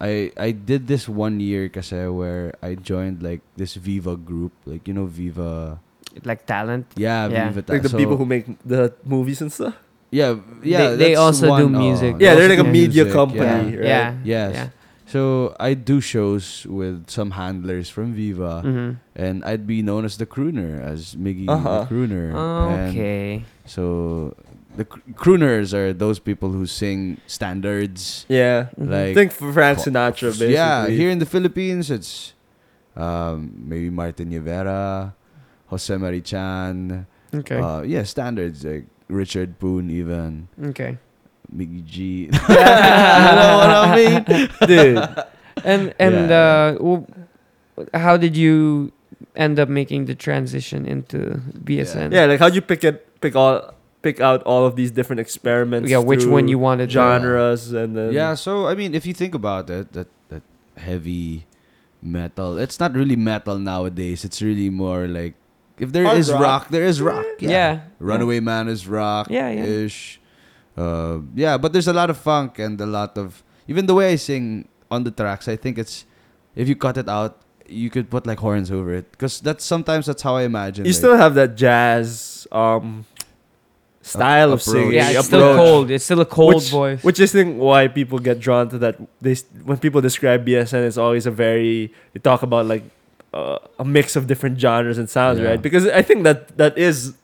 I I did this one year kasi where I joined like this Viva group, like you know Viva. like talent. Yeah, Yeah. Viva. Like the So- people who make the movies and stuff. Yeah, yeah. They- they that's also do one, oh, music. they Yeah, they're also like a do media music, company, Yeah. right? Yeah. Yes. Yeah. So I do shows with some handlers from Viva. Mhm. and I'd be known as the crooner, as Miggy Uh-huh. the crooner. And Okay. so the cr- crooners are those people who sing standards Yeah, Mm-hmm. like think Frank Sinatra. Basically. yeah. Here in the Philippines, it's um, maybe Martin Rivera, Jose Marichan. Okay. Uh, yeah, standards like Richard Boone, even okay. Miggy G. you know what I mean? dude. And and Yeah, uh, w- how did you end up making the transition into BSN? Yeah, like how'd you pick it pick all pick out all of these different experiments? Yeah, which through one you wanted? uh, to- genres and then Yeah, so I mean, if you think about it, that that heavy metal, it's not really metal nowadays. It's really more like if there Hard is rock. rock. there is rock. Yeah. Yeah. Runaway Man is rock. Yeah, yeah. Ish. Uh, yeah, but there's a lot of funk and a lot of even the way I sing on the tracks. I think it's if you cut it out, you could put like horns over it because that's sometimes that's how I imagine. you like- still have that jazz um style of Approach. singing. Yeah, the it's still approach. cold. It's still a cold which, voice. Which is think why people get drawn to that. They s- when people describe BSN, it's always a very they talk about like uh, a mix of different genres and sounds, Yeah. right? Because I think that that is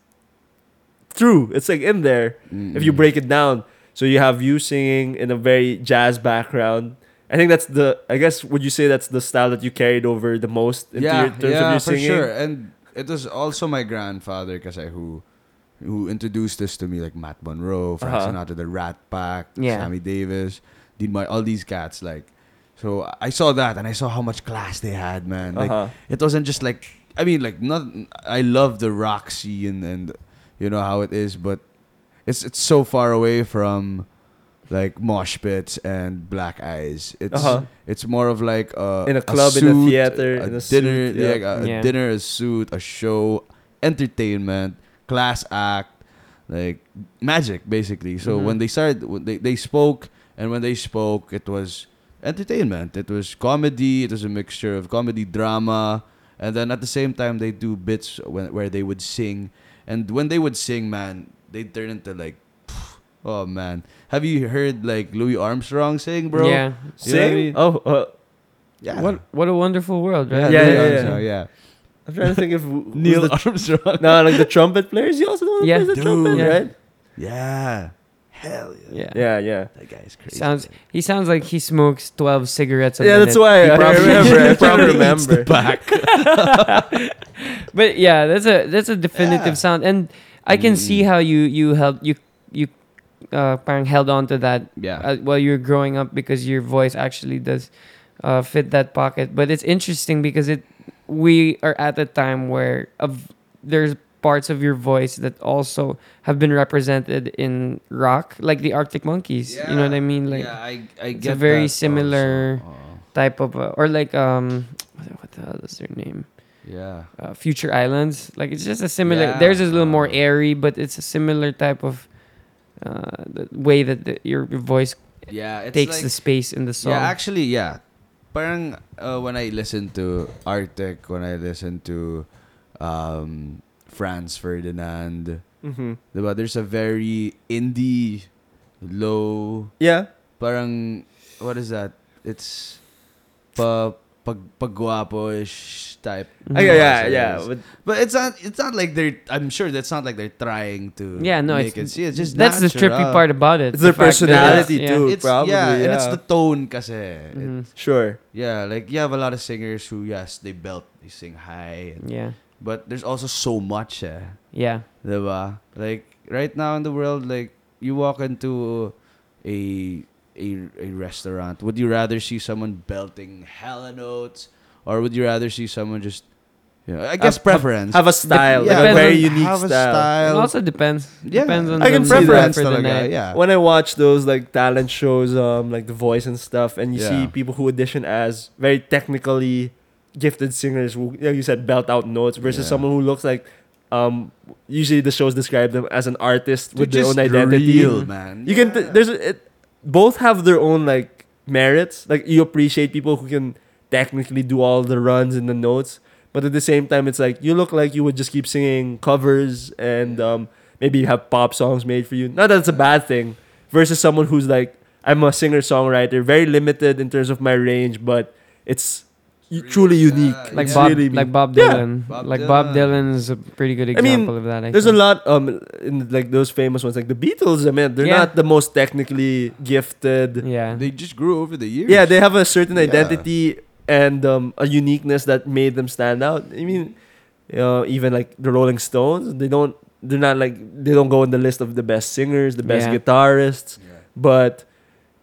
true. It's like in there if you break it down. So you have you singing in a very jazz background. I think that's the. I guess would you say that's the style that you carried over the most into your, in terms of your for singing? sure. And it was also my grandfather, kasi who who introduced this to me, like Matt Monroe, Frank Uh-huh. Sinatra, the Rat Pack, Yeah. Sammy Davis, Dean Martin, all these cats. Like, so I saw that and I saw how much class they had, man. Like, Uh-huh. it wasn't just like I mean, like not. I love the rock scene and you know how it is, but it's it's so far away from like mosh pits and black eyes. It's Uh-huh. it's more of like a, In a club, in a suit, theater, a in a dinner, suit, yeah. like a, a Yeah. dinner, a suit, a show, entertainment, class act, like magic basically. So Mhm. when they started, when they they spoke, and when they spoke, it was entertainment. It was comedy. It was a mixture of comedy, drama, and then at the same time they do bits when, where they would sing. And when they would sing, man, they turn into like, oh man, have you heard like Louis Armstrong sing, bro? Yeah. You know what I Sing? mean? Oh, uh, yeah. What what a wonderful world, right? Yeah, Louis yeah, yeah. Armstrong, yeah. I'm trying to think if who's Neil the- Armstrong. no, like the trumpet players. You also know Yeah. plays the Dude. trumpet, Yeah. right? Yeah. Hell Yeah. yeah. Yeah, yeah. That guy's crazy. Sounds he sounds like he smokes twelve cigarettes a yeah, that's minute. He why I, probably- remember. I probably Probably eats the remember. back. But yeah, that's a that's a definitive Yeah. Mm. sound, and I can see how you you held you you uh parang held on to that Yeah. uh, while you're growing up because your voice actually does uh, fit that pocket. But it's interesting because it we are at a time where of there's parts of your voice that also have been represented in rock, like the Arctic Monkeys. You know what I mean? Like yeah, I, I it's a get very that similar also. Oh, type of uh, or like um what the hell is their name? yeah. uh, Future Islands. Like it's just a similar. Yeah. Theirs is a little more Uh, airy, but it's a similar type of uh, the way that the, your, your voice Yeah, it takes the space in the song. Yeah, actually, yeah. Parang uh, when I listen to Arctic, when I listen to um, Franz Ferdinand, Mhm. diba, there's a very indie, low, Yeah, parang, what is that? It's pa, pag, pagwapo-ish type. Mm-hmm. I- yeah, yeah, process. yeah. But But it's not. It's not like they're. I'm sure that's not like they're trying to. Yeah, no, make it's, it see. It's just that's the trippy natural. part about it. It's their the fact that personality yeah. too. It's Probably, yeah, and it's yeah. the tone, kasi. Mhm. Mm-hmm. sure. Yeah, like you have a lot of singers who yes, they belt, they sing high, and, Yeah, but there's also so much, eh, yeah, diba? Like right now in the world, like you walk into a a a restaurant, would you rather see someone belting hella notes, or would you rather see someone just, you know, I guess have- preference. Have a style, Yeah. like a Depends very on unique have a style. It also depends. Yeah, depends on I the can mood see that. for the talaga, night. Yeah. When I watch those like talent shows, um, like The Voice and stuff, and you see Yeah. people who audition as very technically gifted singers who, like you said, belt out notes versus Yeah. someone who looks like, um, usually the shows describe them as an artist with They're their own just identity. real, man. You can th- there's a, it, both have their own like merits. Like you appreciate people who can technically do all the runs and the notes, but at the same time, it's like you look like you would just keep singing covers and um, maybe you have pop songs made for you. Not that it's a bad thing. Versus someone who's like I'm a singer songwriter, very limited in terms of my range, but it's u- truly unique. Like It's Bob, really like Bob Yeah. Dylan. Bob like Bob Dylan. Dylan is a pretty good I mean, example of that. I There's a think. lot um in like those famous ones like the Beatles. I mean, they're Yeah. Mm. not the most technically gifted. Yeah, They just grew over the years. yeah they have a certain Yeah. identity and um, a uniqueness that made them stand out i mean uh, even like the rolling stones they don't they're not like they don't go in the list of the best singers the best Yeah. guitarists Yeah. but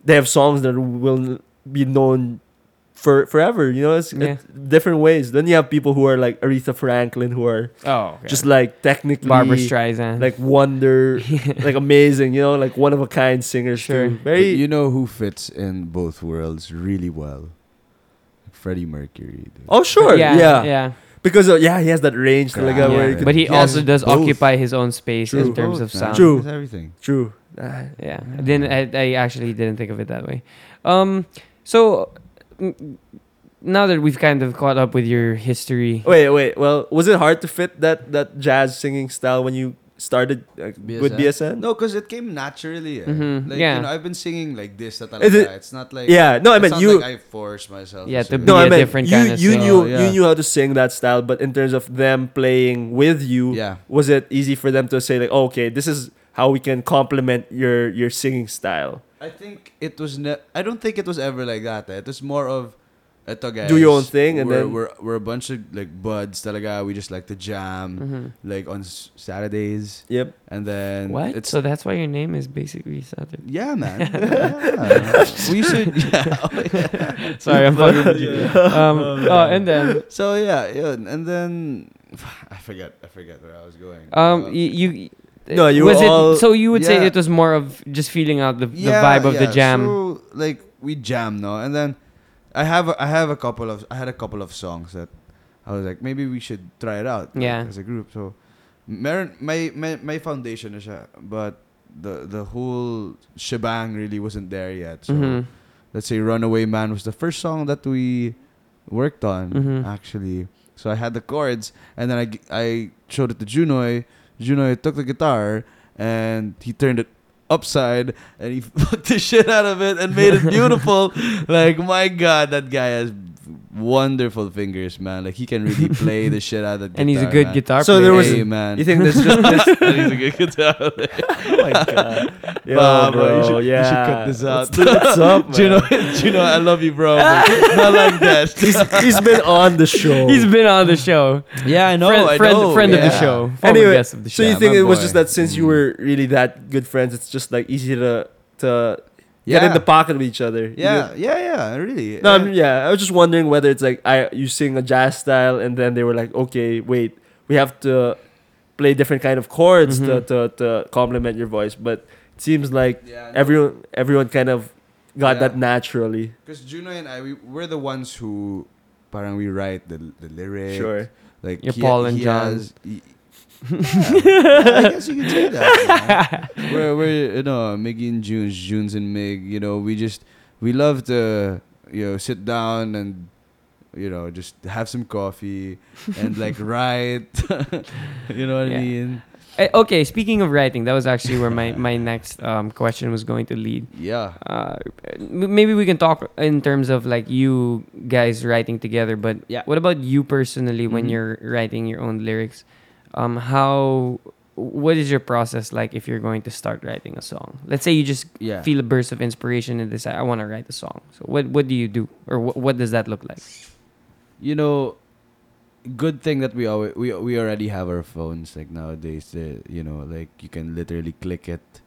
they have songs that will be known for forever you know it's, it's different ways then you have people who are like aretha franklin who are oh, okay. just like technically Barbara Streisand. like wonder like amazing you know like one of a kind singers Sure. too But very you know who fits in both worlds really well? Freddie Mercury. dude. oh sure yeah, yeah. yeah. Because uh, yeah, he has that range, Yeah. like Yeah. uh, where he Yeah. can, But he Yes, also does both. occupy his own space True. in terms of Both, man. sound. True. It's everything. true. Uh, Yeah, I didn't. I, I actually didn't think of it that way. Um, so n- now that we've kind of caught up with your history, wait, wait. Well, was it hard to fit that that jazz singing style when you started uh, with BSN? No, because it came naturally. Eh. Mhm, Like, yeah. you know, I've been singing like this. Na Is it- talaga. It's not like. Yeah, no, I it's meant not you- Like I forced myself. Yeah, to be sing. No, a I mean different you, kind of you song. knew Oh, yeah. you knew how to sing that style, but in terms of them playing with you, Yeah. was it easy for them to say like, oh, okay, this is how we can complement your your singing style? I think it was. Ne- I don't think it was ever like that. Eh. It was more of. Eto guys, Do your own thing and we're, then- we're we're a bunch of like buds talaga. We just like to jam Mm-hmm. like on s- Saturdays Yep. and then What? it's so that's why your name is basically Saturday. yeah man. Yeah. we should Oh, Sorry, I'm fucking with you. Um, oh, and then So yeah, yeah, and then I forget, I forget where I was going. Uh, um, y- you, you. uh, No, you was were all- it, So you would say Yeah. it was more of just feeling out the, the Yeah, vibe of the yeah, jam. So like we jam no, and then I have a, I have a couple of I had a couple of songs that I was like maybe we should try it out. like, Yeah. as a group. So meron my my my foundation is but the the whole shebang really wasn't there yet. So Mhm. let's say Runaway Man was the first song that we worked on Mhm. actually. So I had the chords and then I, g- I showed it to Junoy. Junoy took the guitar and he turned it upside and he fucked the shit out of it and made it beautiful. like my god, that guy has wonderful fingers, man. Like he can really play the shit out of the guitar. and he's a good man. guitar So player. there was- Hey, man. You think this just this? he's a good guitar player. oh my god, Yo, Bob, bro, you should- you should yeah. cut this out. What's, what's up, man? Juno, Juno, I love you, bro. but Not like that. he's, he's been on the show. He's been on the show. Yeah, I know. friend I friend, know. friend of the yeah. show. Former anyway, guest of the show. so Mm. you Yeah, think my it was boy. just that since you were really that good friends, it's just like easy to to get in Yeah. the pocket of each other. You Yeah, yeah, yeah. Really. No, Uh, I'm, yeah, I was just wondering whether it's like I you sing a jazz style and then they were like, okay, wait, we have to play different kind of chords Mhm. to, to to complement your voice, but it seems like yeah, everyone everyone kind of got Yeah. that naturally. Because Juno and I, we, we're the ones who, parang we write the the lyrics. Sure. Like You're Paul and John. has- he- yeah, I guess you can say that. man. We're we're you know Miggy and Junes, Junes and Mig. You know we just we love to you know sit down and you know just have some coffee and like write. you know what Yeah. I mean? Eh, okay, speaking of writing, that was actually where my, my next um, question was going to lead. Yeah. Uh, m- maybe we can talk in terms of like you guys writing together, but Yeah. what about you personally when Mhm. you're writing your own lyrics? Um, how what is your process like if you're going to start writing a song? Let's say you just Yeah. feel a burst of inspiration and decide I want to write a song. So what what do you do or what what does that look like? you know, good thing that we always we we already have our phones like nowadays. The, you know, like you can literally click it,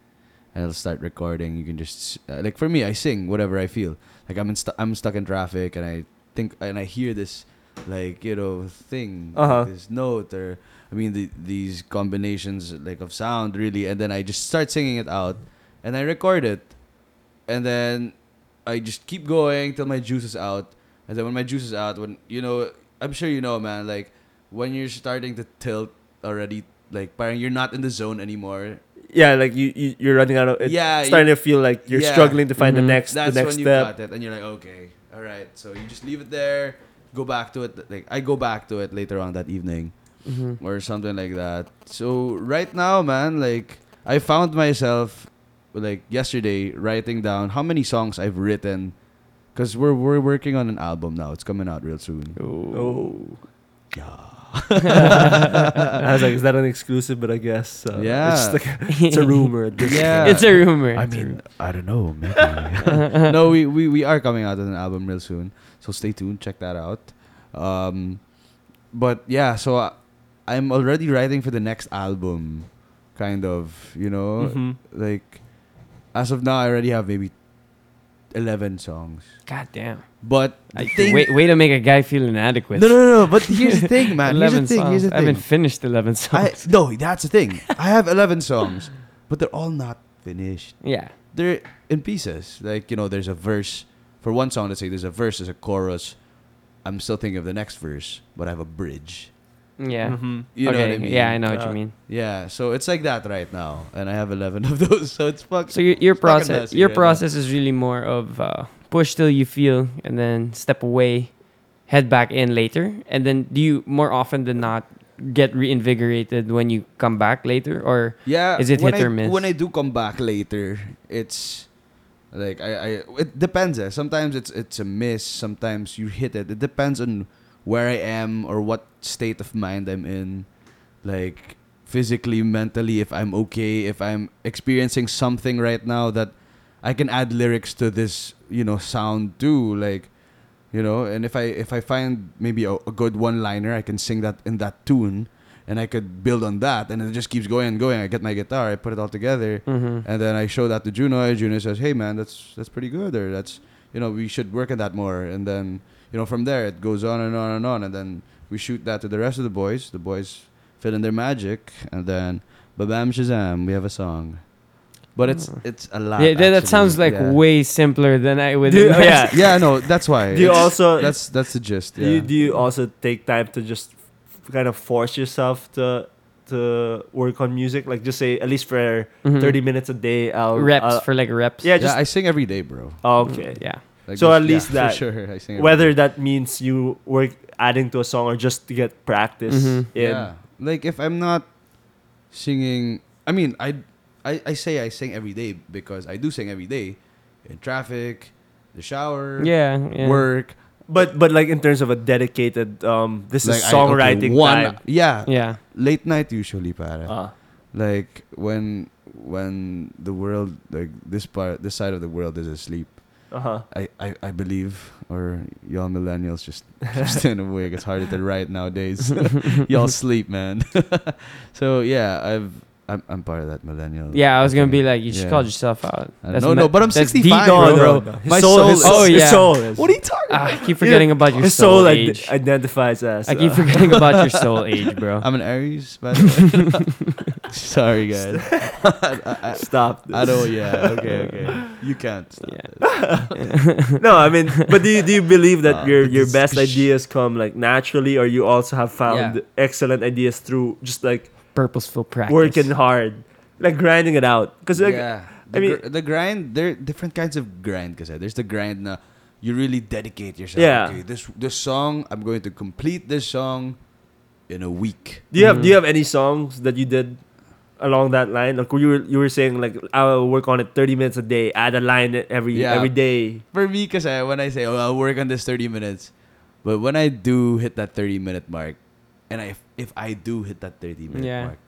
and it'll start recording. You can just uh, like for me, I sing whatever I feel. Like I'm in stu- I'm stuck in traffic, and I think and I hear this like you know thing, like, Uh-huh. this note or I mean the, these combinations like of sound really, and then I just start singing it out, and I record it, and then I just keep going till my juice is out. And then when my juice is out, when you know, I'm sure you know, man. Like when you're starting to tilt already, like parang you're not in the zone anymore. Yeah, like you, you you're running out of it. Yeah, starting to feel like you're yeah. struggling to find Mhm. the next That's the next when you step. got it, and you're like, okay, all right. So you just leave it there, go back to it. Like I go back to it later on that evening Mm-hmm. or something like that. So right now, man, like I found myself like yesterday writing down how many songs I've written. Cause we're we're working on an album now. It's coming out real soon. Oh. Yeah. I was like, is that an exclusive? But I guess uh, Yeah. It's, just like, it's a rumor. at this Yeah. point. it's a rumor. I It's a mean, I don't know. Maybe. no, we, we we are coming out with an album real soon, so stay tuned. Check that out. Um, but yeah, so I, I'm already writing for the next album, kind of. You know, Mm-hmm. Mhm. like as of now, I already have maybe eleven songs. God damn. But the I, thing, way, way to make a guy feel inadequate. no, no, no, no. But here's the thing, man. Here's the thing. Here's the songs. I haven't thing. finished 11 songs. I, no, that's the thing. I have eleven songs, but they're all not finished. yeah. they're in pieces. Like you know, there's a verse for one song. Let's say there's a verse, there's a chorus. I'm still thinking of the next verse, but I have a bridge. Yeah. Mhm. Mm. You okay. know what I mean? Yeah, I know what Uh, you mean. Yeah, so it's like that right now, and I have eleven of those. So it's fucked. So your, your stuck in process messy your right now. process is really more of uh, push till you feel and then step away, head back in later. And then do you more often than not get reinvigorated when you come back later, or Yeah. Is it when hit I, or miss? When I do come back later, it's like I, I it depends. Eh. Sometimes it's it's a miss. Sometimes you hit it. It depends on where I am or what state of mind I'm in, like physically, mentally. If I'm okay, if I'm experiencing something right now that I can add lyrics to this, you know, sound too. Like, you know, and if I if I find maybe a, a good one-liner, I can sing that in that tune, and I could build on that, and it just keeps going and going. I get my guitar, I put it all together, Mhm. and then I show that to Juno. And Juno says, "Hey, man, that's that's pretty good, or that's you know we should work on that more." And then you know from there it goes on and on and on, and then we shoot that to the rest of the boys. The boys fill in their magic, and then bam shazam, we have a song. But it's Hmm. it's a lot. yeah, that, that actually. sounds like Yeah. way simpler than I would. Dude, imagine. yeah. Yeah, no, that's why. Do you It's- also- that's that's the gist. Do you Yeah. do you also take time to just f- kind of force yourself to to work on music? Like just say at least for Mhm. thirty minutes a day. I'll, reps I'll- for like reps. yeah, Uh, yeah, just Oh, I sing every day, bro. okay. yeah. Like, So there's- at least yeah, that- for sure, I sing. every Whether day. that means you work adding to a song or just to get practice Mhm. in. yeah, like if I'm not singing, I mean, I, I I say I sing every day because I do sing every day in traffic, the shower, Yeah, yeah. work, But but like in terms of a dedicated um this is like I- okay, songwriting time. Yeah, Yeah. late night usually, para. Ah. like when when the world like this part this side of the world is asleep Uh-huh. I, I, I believe, or y'all millennials just staying awake. It's harder to write nowadays. y'all sleep, man. so yeah, I've I'm, I'm part of that millennial. Yeah, I was gonna be thing. like, you should Yeah. call yourself out. Uh, That's no, ma- no, but I'm that's 65, deep, bro. bro. His My soul, soul his is- soul, Oh, his yeah. soul is- What are you talking? Ah, I keep forgetting about your his soul, soul ide- age. identifies as I keep uh, forgetting about your soul age, bro. I'm an Aries, by the way. Sorry, guys. I, stop. I, I don't. Yeah. Okay. Okay. You can't stop. Yeah. this. no, I mean, but do you, do you believe that Uh, your but your this- best ideas come like naturally, or you also have found Yeah. excellent ideas through just like Purposeful practice. working hard, like grinding it out? Because like, yeah. I The, mean- gr- the grind. There are different kinds of grind. Cause there's the grind na you really dedicate yourself. Yeah. Okay, this this song I'm going to complete this song in a week. do you have do Mm-hmm. you have any songs that you did along that line? Like you were you were saying like I'll work on it thirty minutes a day, add a line every Yeah. every day. For me, cause I, when I say oh I'll work on this 30 minutes, but when I do hit that 30 minute mark, and I if I do hit that 30 minute Yeah. mark,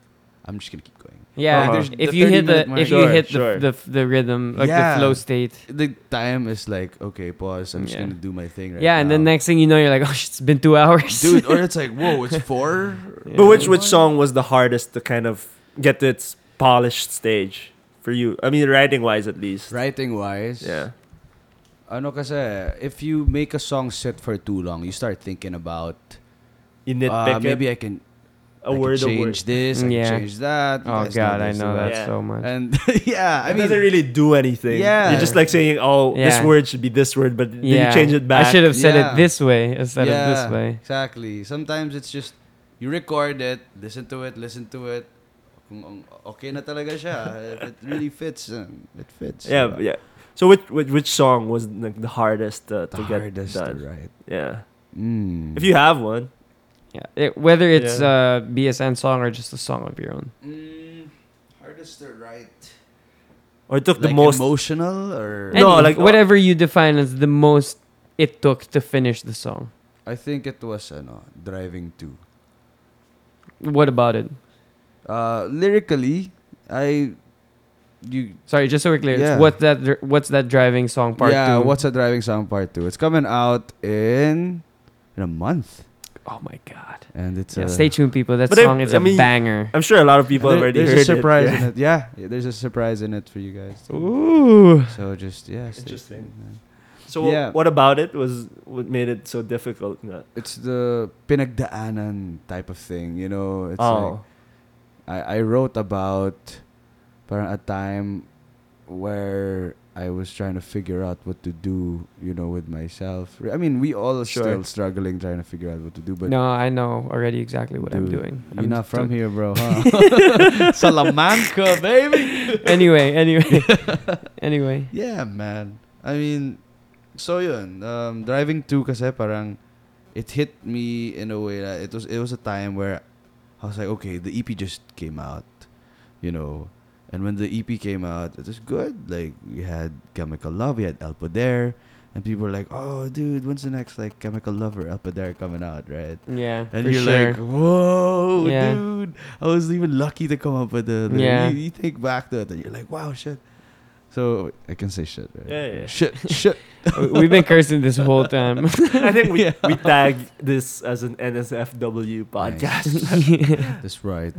I'm just gonna keep going. Yeah, Uh-huh. there's- The if you hit 30-minute the mark. if you Sure, hit the, sure. the the rhythm like Yeah. the flow state. The time is like okay, pause. I'm just Yeah. gonna do my thing right yeah, and then now. next thing you know, you're like, oh, shit, it's been two hours, dude, or it's like whoa, it's four. But which which song was the hardest to kind of get to its polished stage for you? I mean, writing wise, at least. Writing wise, Yeah. Ano kasi, if you make a song sit for too long, you start thinking about, You uh, nitpick maybe it, I can, a I word can a word. change this, I Yeah. can change that. You oh guys god, I this, know diba? that Yeah. so much. And yeah, I it mean, doesn't really do anything. Yeah. You're just like saying, oh, this Yeah. word should be this word, but then yeah, you change it back. I should have said Yeah. it this way instead yeah, of this way. Exactly. Sometimes it's just you record it, listen to it, listen to it. Kung ang- okay na talaga siya. If it really fits, um, it fits. Yeah, diba? yeah. So which which, which song was like the hardest uh, to The get hardest to done? write. Yeah. Mm. If you have one, Yeah, it, whether it's uh, a Yeah. BSN song or just a song of your own. Mm, hardest to write. or it took the Like most. emotional or No, Any- like, uh, whatever you define as the most it took to finish the song. I think it was ano, driving too. What about it? Uh, lyrically, I you Sorry, just so we're clear, Yeah. it's what's that? dr- What's that driving song part yeah. two? What's a driving song part two? It's coming out in in a month, oh my god! and it's Yeah, a, stay tuned, people. That But I- song is I a mean- banger. I'm sure a lot of people There- have already there's heard a surprise it. in it. Yeah. yeah, there's a surprise in it for you guys. too. Ooh. So just yeah, stay Interesting. tuned, man. So Yeah. what about it was what made it so difficult? Yeah. It's the pinagdaanan type of thing, you know. It's like oh, I, I wrote about parang a time where I was trying to figure out what to do, you know, with myself. I mean, we all are Sure. still struggling trying to figure out what to do, but no, I know already exactly what I'm Dude, doing. you're I'm not from t- here, bro, huh? Salamanca, baby. anyway, anyway, anyway. Yeah, man. I mean, so yun. Um, driving too kasi parang it hit me in a way that it was it was a time where I was like, okay, the EP just came out, you know. And when the EP came out, it was good. Like we had Chemical Love, we had El Poder, and people were like, "Oh, dude, when's the next like Chemical Love or El Poder coming out?" Right? Yeah. And for you're sure. like, "Whoa, Yeah. dude! I was even lucky to come up with the." the- Yeah. You, you think back to it, and you're like, "Wow, shit." So I can say shit, right? Yeah, yeah. Shit, shit. We- We've been cursing this whole time. I think we, we tag this as an NSFW podcast. That's right.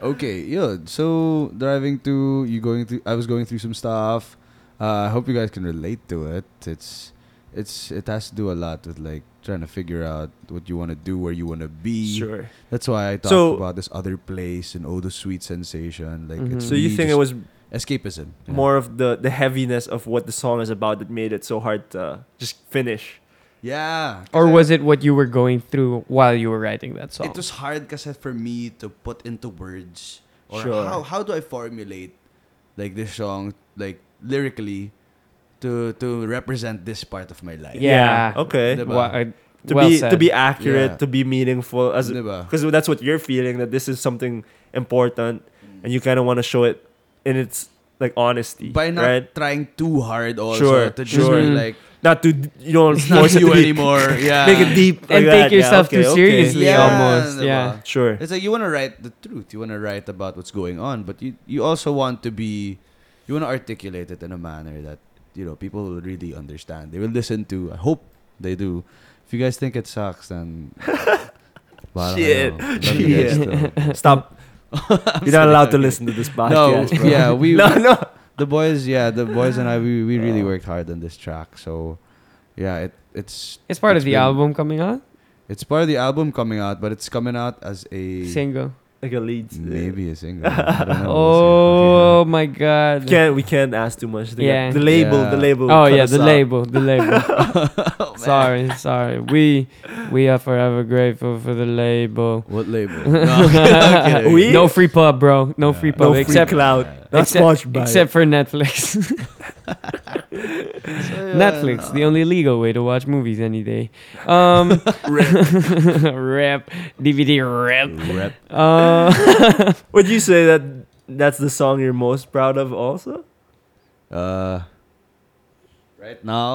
okay, yeah. So driving to you going through. I was going through some stuff. Uh, I hope you guys can relate to it. It's it's it has to do a lot with like trying to figure out what you want to do, where you want to be. Sure. That's why I talked So- about this other place and oh the sweet sensation. Like Mhm. it's So you really think it just was escapism? yeah. more of the, the heaviness of what the song is about that made it so hard to just finish. Yeah. 'cause or I- was it what you were going through while you were writing that song? It was hard kasi for me to put into words or Sure. how how do I formulate like this song like lyrically to to represent this part of my life. yeah. Okay. Diba? Wha- uh, I- to well be to said. be accurate, Yeah. to be meaningful as Diba? because that's what you're feeling that this is something important and you kind of want to show it in its like honesty, By not right? trying too hard also Sure, to just sure. be like Not to d- you don't it's not force it you to be- anymore. Yeah. Make it deep and take like that. Yeah, yourself okay, too okay. seriously Yeah, almost. diba? Yeah. Sure. It's like you want to write the truth. You want to write about what's going on, but you you also want to be you want to articulate it in a manner that you know people will really understand. They will listen to. I hope they do. If you guys think it sucks, then Well, I don't Shit. know. Love you guys Shit. still. Stop. You're not allowed to okay. listen to this No, podcast. bro. yeah, we no, no. the boys, yeah, the boys and I, we, we really worked hard on this track. So, yeah, it it's It's part It's of the been- album coming out. it's part of the album coming out, but it's coming out as a Single. Like a lead. maybe a single. I Ah, don't know. We'll see. Oh my god. Can't we can't ask too much. They got- Yeah. The label, the Yeah. label. oh cut yeah, us the out. label, the label. Oh, sorry, sorry. We we are forever grateful for the label. What label? No, okay, okay. We- No free pub, bro. No Yeah. free No pub free except cloud. Not except, sponsored by except for Netflix. Netflix, the only legal way to watch movies any day. Um, rap, DVD rap. Rep. Ah. Uh, it. Would you say that that's the song you're most proud of? Also, Uh, right now,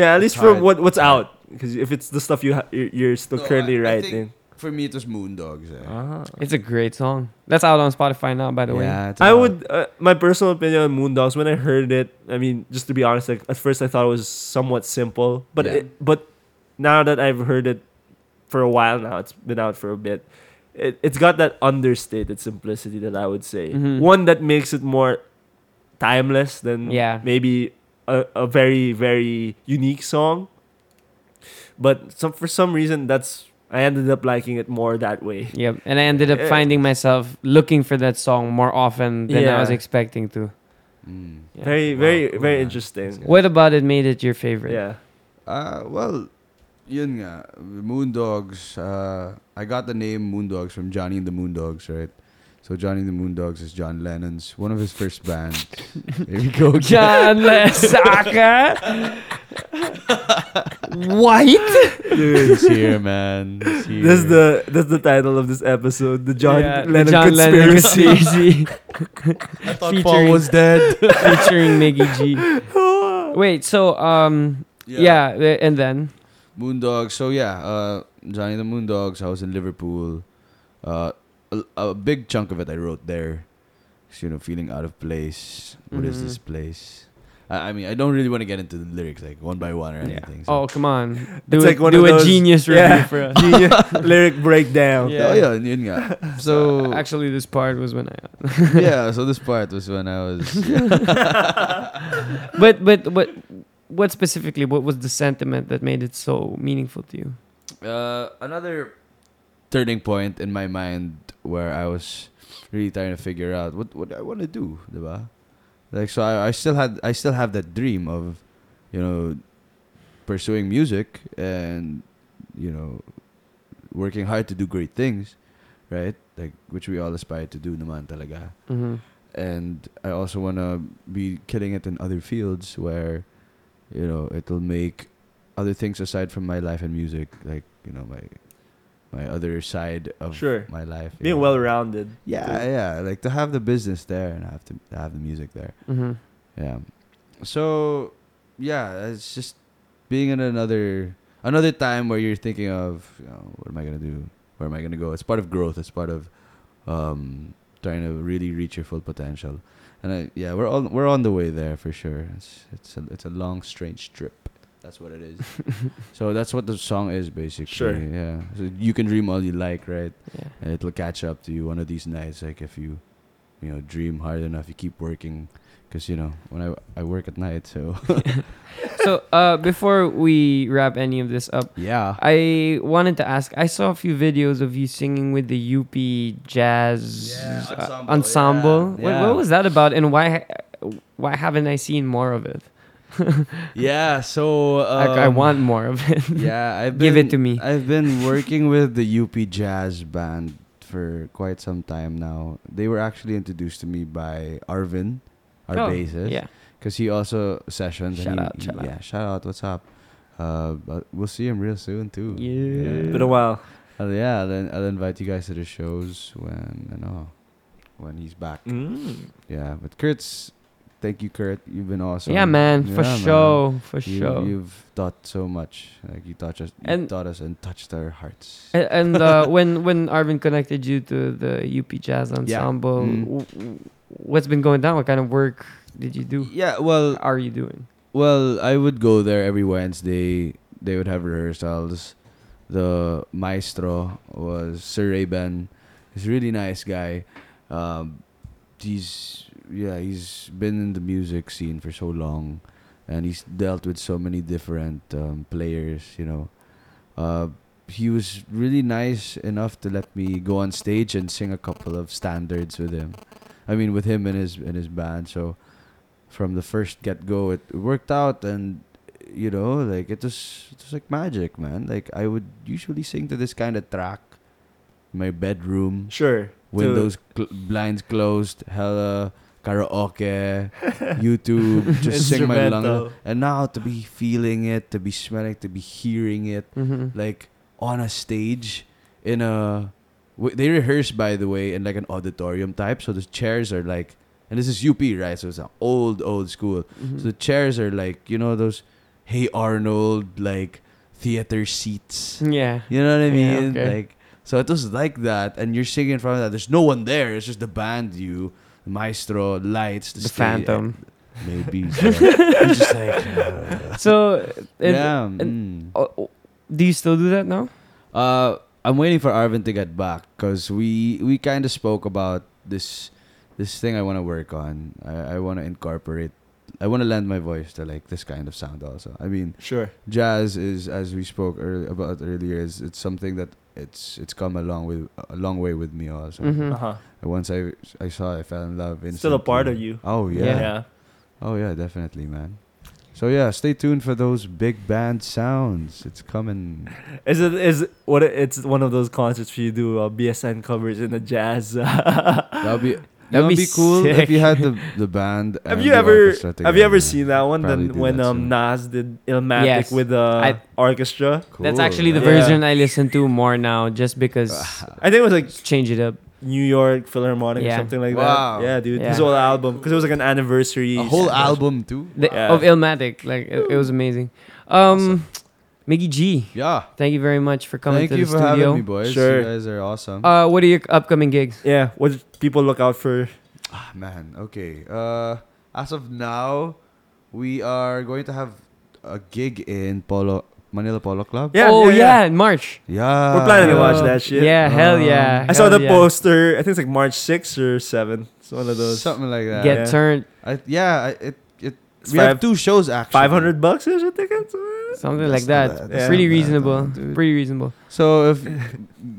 yeah, at least It's for hard. what what's out. Because if it's the stuff you ha- you're, you're still No, currently I- I think- writing, for me, it was Moondogs. Eh. it's a great song. That's out on Spotify now, Ah, by the way. yeah, I it's about- would uh, my personal opinion on Moondogs. When I heard it, I mean, just to be honest, like at first I thought it was somewhat simple, but Yeah. it, but now that I've heard it for a while now, it's been out for a bit. It it's got that understated simplicity that I would say Mm-hmm. Mhm. one that makes it more timeless than Yeah. maybe a, a very very unique song. But some for some reason that's I ended up liking it more that way. Yep. And I ended up Eh. finding myself looking for that song more often than I was Yeah. expecting to. Mm. Yeah. Very Wow, very very cool, man. That's interesting. good. What about it made it your favorite? Yeah. Uh, well, yun nga. Moondogs. Uh, I got the name Moondogs from Johnny and the Moondogs, right? So Johnny and the Moondogs is John Lennon's one of his first bands. Here we go. again. John Lesaka. White? He's here, man. He's here. This is the that's the title of this episode, the John Yeah, the Lennon John Lennon conspiracy. conspiracy. I thought featuring- Paul was dead. featuring Miggy G. Wait, so um, yeah, th- and then Moondogs. So yeah, uh, Johnny and the Moondogs. I was in Liverpool. Uh, a, a big chunk of it I wrote there. 'Cause, You know, feeling out of place. What is Mhm. this place? I, I mean, I don't really want to get into the lyrics like one by one or Yeah. anything. oh So. come on, do, It's a- like one do of a those- genius review yeah. for us. Genius lyric breakdown. Yeah. Oh, yeah, yun nga. So Actually, this part was when I. yeah, so this part was when I was But but what what specifically? What was the sentiment that made it so meaningful to you? uh, another turning point in my mind where I was really trying to figure out what what I want to do, diba? Like so, I, I still had I still have that dream of, you know, pursuing music and you know, working hard to do great things, right? Like which we all aspire to do, naman talaga. Mm-hmm. and I also want to be killing it in other fields where, you know, it'll make other things aside from my life and music, like you know my my other side of Sure. my life. you Being know. well rounded. Yeah, yeah. Like to have the business there and have to to have the music there. hmm Yeah. So, yeah, it's just being in another another time where you're thinking of you know, what am I gonna do? Where am I gonna go? It's part of growth. It's part of um, trying to really reach your full potential. And I, yeah, we're on we're on the way there for sure. It's it's a it's a long strange trip. That's what it is. so that's what the song is basically. Sure. Yeah. So you can dream all you like, right? Yeah. and it'll catch up to you one of these nights like if you you know dream hard enough you keep working because you know when I, I work at night so so uh, before we wrap any of this up, yeah I wanted to ask. I saw a few videos of you singing with the UP jazz Yeah, uh, ensemble, ensemble. yeah, What, yeah. what was that about, and why why haven't I seen more of it? yeah so um, Like, I want more of it. yeah I've Give it been- to me. I've been working with the UP Jazz Band for quite some time now they were actually introduced to me by Arvin Oh, our bassist Yeah. because he also sessions Shout and he- out, he- shout out. yeah shout out what's up uh but we'll see him real soon too Yeah. Been a while. Uh, yeah, I'll, in- I'll invite you guys to the shows when I know when he's back. Mm. Yeah, but Kurt's, thank you, Kurt. You've been awesome. yeah, man. For Yeah, man. sure. For You, sure. You've taught so much. Like you taught us, you And- taught us, and touched our hearts. A- And, uh, when when Arvin connected you to the UP Jazz Ensemble, Mm. w- w- what's been going down? What kind of work did you do? yeah, well, Are you doing? Well, I would go there every Wednesday. They would have rehearsals. The maestro was Sir Raben. He's a really nice guy. Um, he's yeah, he's been in the music scene for so long, and he's dealt with so many different um, players. You know, uh, he was really nice enough to let me go on stage and sing a couple of standards with him. I mean, with him and his and his band. So from the first get go, it worked out, and you know, like it was, it was like magic, man. Like I would usually sing to this kind of track, in my bedroom, Sure. windows cl- blinds closed, hella karaoke, YouTube, just sing my Instrumental. lung. And now to be feeling it, to be smelling, it, to be hearing it, hmm like on a stage in a w- they rehearse by the way in like an auditorium type so the chairs are like and this is UP right so it's an old old school so the chairs are like you know those hey arnold like theater seats yeah. you know what I Yeah, mean okay. like so it was like that and you're singing in front of that there's no one there it's just the band you the maestro lights the, The stage, Phantom. maybe so. It's just like uh, So, and, yeah and- mm. oh, oh, do you still do that now? Uh, I'm waiting for Arvin to get back because we we kind of spoke about this this thing I want to work on. I, I want to incorporate. I want to lend my voice to like this kind of sound also. I mean, Sure. jazz is as we spoke earl- about earlier is it's something that it's it's come a long with a long way with me also. Mhm. Uh huh. Once I I saw it, I fell in love. Instantly. Still a part of you. Oh Yeah. Yeah. yeah. Oh yeah, definitely, man. So yeah, stay tuned for those big band sounds. It's coming. Is it is what it- it's one of those concerts where you do uh, BSN covers in the jazz. have That'd be That'd that'd be be, cool sick. if you had the the band. and you the ever orchestra have you together. ever seen that one? Probably Then do when that um soon. Nas did Illmatic Yes. with the uh, I- orchestra. That's Cool. actually the Yeah. Ah. version I listen to more now, just because I think it was like change it up. New York Philharmonic Yeah. or something like Wow. that. Yeah, dude, Yeah. his whole album because it was like an anniversary. a whole album too. The, Yeah. Of Illmatic, like it, it was amazing. Um, Miggy G, Yeah. thank you very much for coming Thank to you the for studio. having me, boys. Sure. You guys are awesome. Uh, what are your upcoming gigs? Yeah, what did people look out for? Ah, man, okay. Uh, as of now, we are going to have a gig in Polo Manila Polo Club. Yeah, oh yeah, yeah. in March. Yeah. We're planning to Yo. watch Uh, that shit. Yeah, hell yeah. I saw hell the yeah. poster. I think it's like March 6th or 7th. It's one of those. Something like that. Get Yeah. turned, I, yeah. I, it it. It's we five- have two shows actually. 500 bucks is your tickets? something like That's not that. bad. That's Pretty not bad, reasonable. though, dude. Pretty reasonable. So if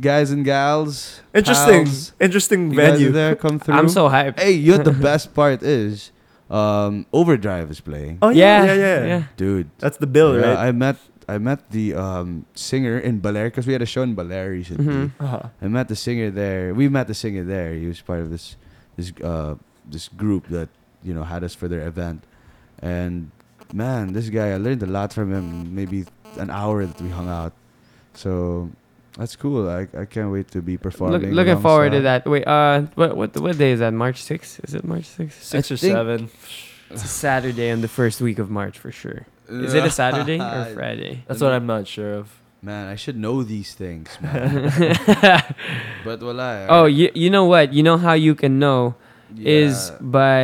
guys and gals, Interesting. pals, Interesting you guys are venue. there, come through. I'm so hyped. Hey, you know what the best part is? Um, Overdrive is playing. Oh, yeah, yeah, yeah. Dude. That's the bill, yeah, right? I met I met the um, singer in Belair because we had a show in Belair recently. Mhm. Uh-huh. I met the singer there. We met the singer there. He was part of this this uh, this group that you know had us for their event, and man, this guy I learned a lot from him. Maybe an hour that we hung out. So That's cool. I, I can't wait to be performing. Look, looking forward to alongside- that. Wait, uh, what what what day is that? March 6th? Is it March 6th? Six I or think- seven. It's a Saturday in the first week of March for sure. Is it a Saturday or Friday? That's what I'm not sure of. Man, I should know these things, man. oh, but wala. eh. you you know what? You know how you can know is Yeah. by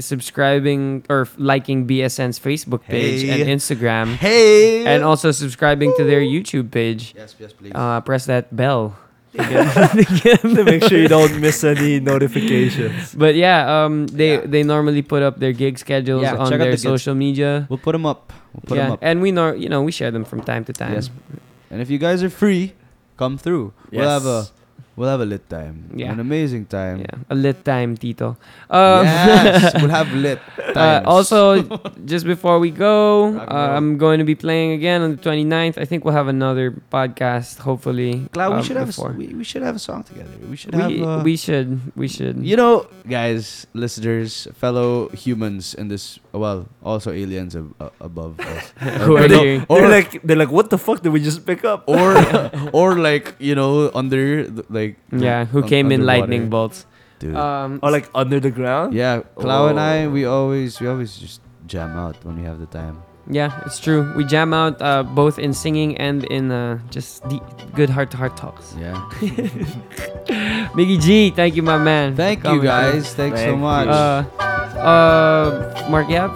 subscribing or f- liking BSN's Facebook page Hey. and Instagram, hey. and also subscribing to their YouTube page. yes, yes, please. Uh, press that bell. to make sure you don't miss any notifications. But yeah, um, they Yeah. they normally put up their gig schedules Yeah, on check out their the gigs. social media. we'll put them up. We'll put yeah, them up. and we know you know we share them from time to time. Yes. And if you guys are free, come through. We'll have a Yes. we'll have a lit time. Yeah. An amazing time. Yeah, a lit time, Tito. Um, yes, we'll have lit Uh, times. also, just before we go, Rock and uh, roll. I'm going to be playing again on the 29th. I think we'll have another podcast, hopefully. um, Cloud, we should have a, s- before. we, we should have a song together. We should have we, uh, we should. We should. You know, guys, listeners, fellow humans in this, well, also aliens ab- uh, above us. Who are Or- you? Or, they're like, they're like, what the fuck did we just pick up? or, or like, you know, under, the- like. yeah, who un- came in underwater. lightning bolts. Dude. Um, Or like under the ground? yeah, Clau and Oh. I, we always, we always just jam out when we have the time. yeah, it's true. We jam out uh, both in singing and in uh, just the good heart to heart talks. Yeah. Miggy G, thank you, my man. for Thank you, coming through. guys. Thanks so Thank much. Uh, uh, Mark Yap,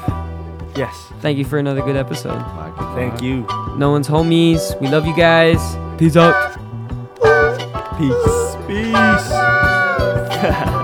Yes. thank you for another good episode. Mark, Thank you. No one's homies. We love you guys. Peace out. Peace. Peace.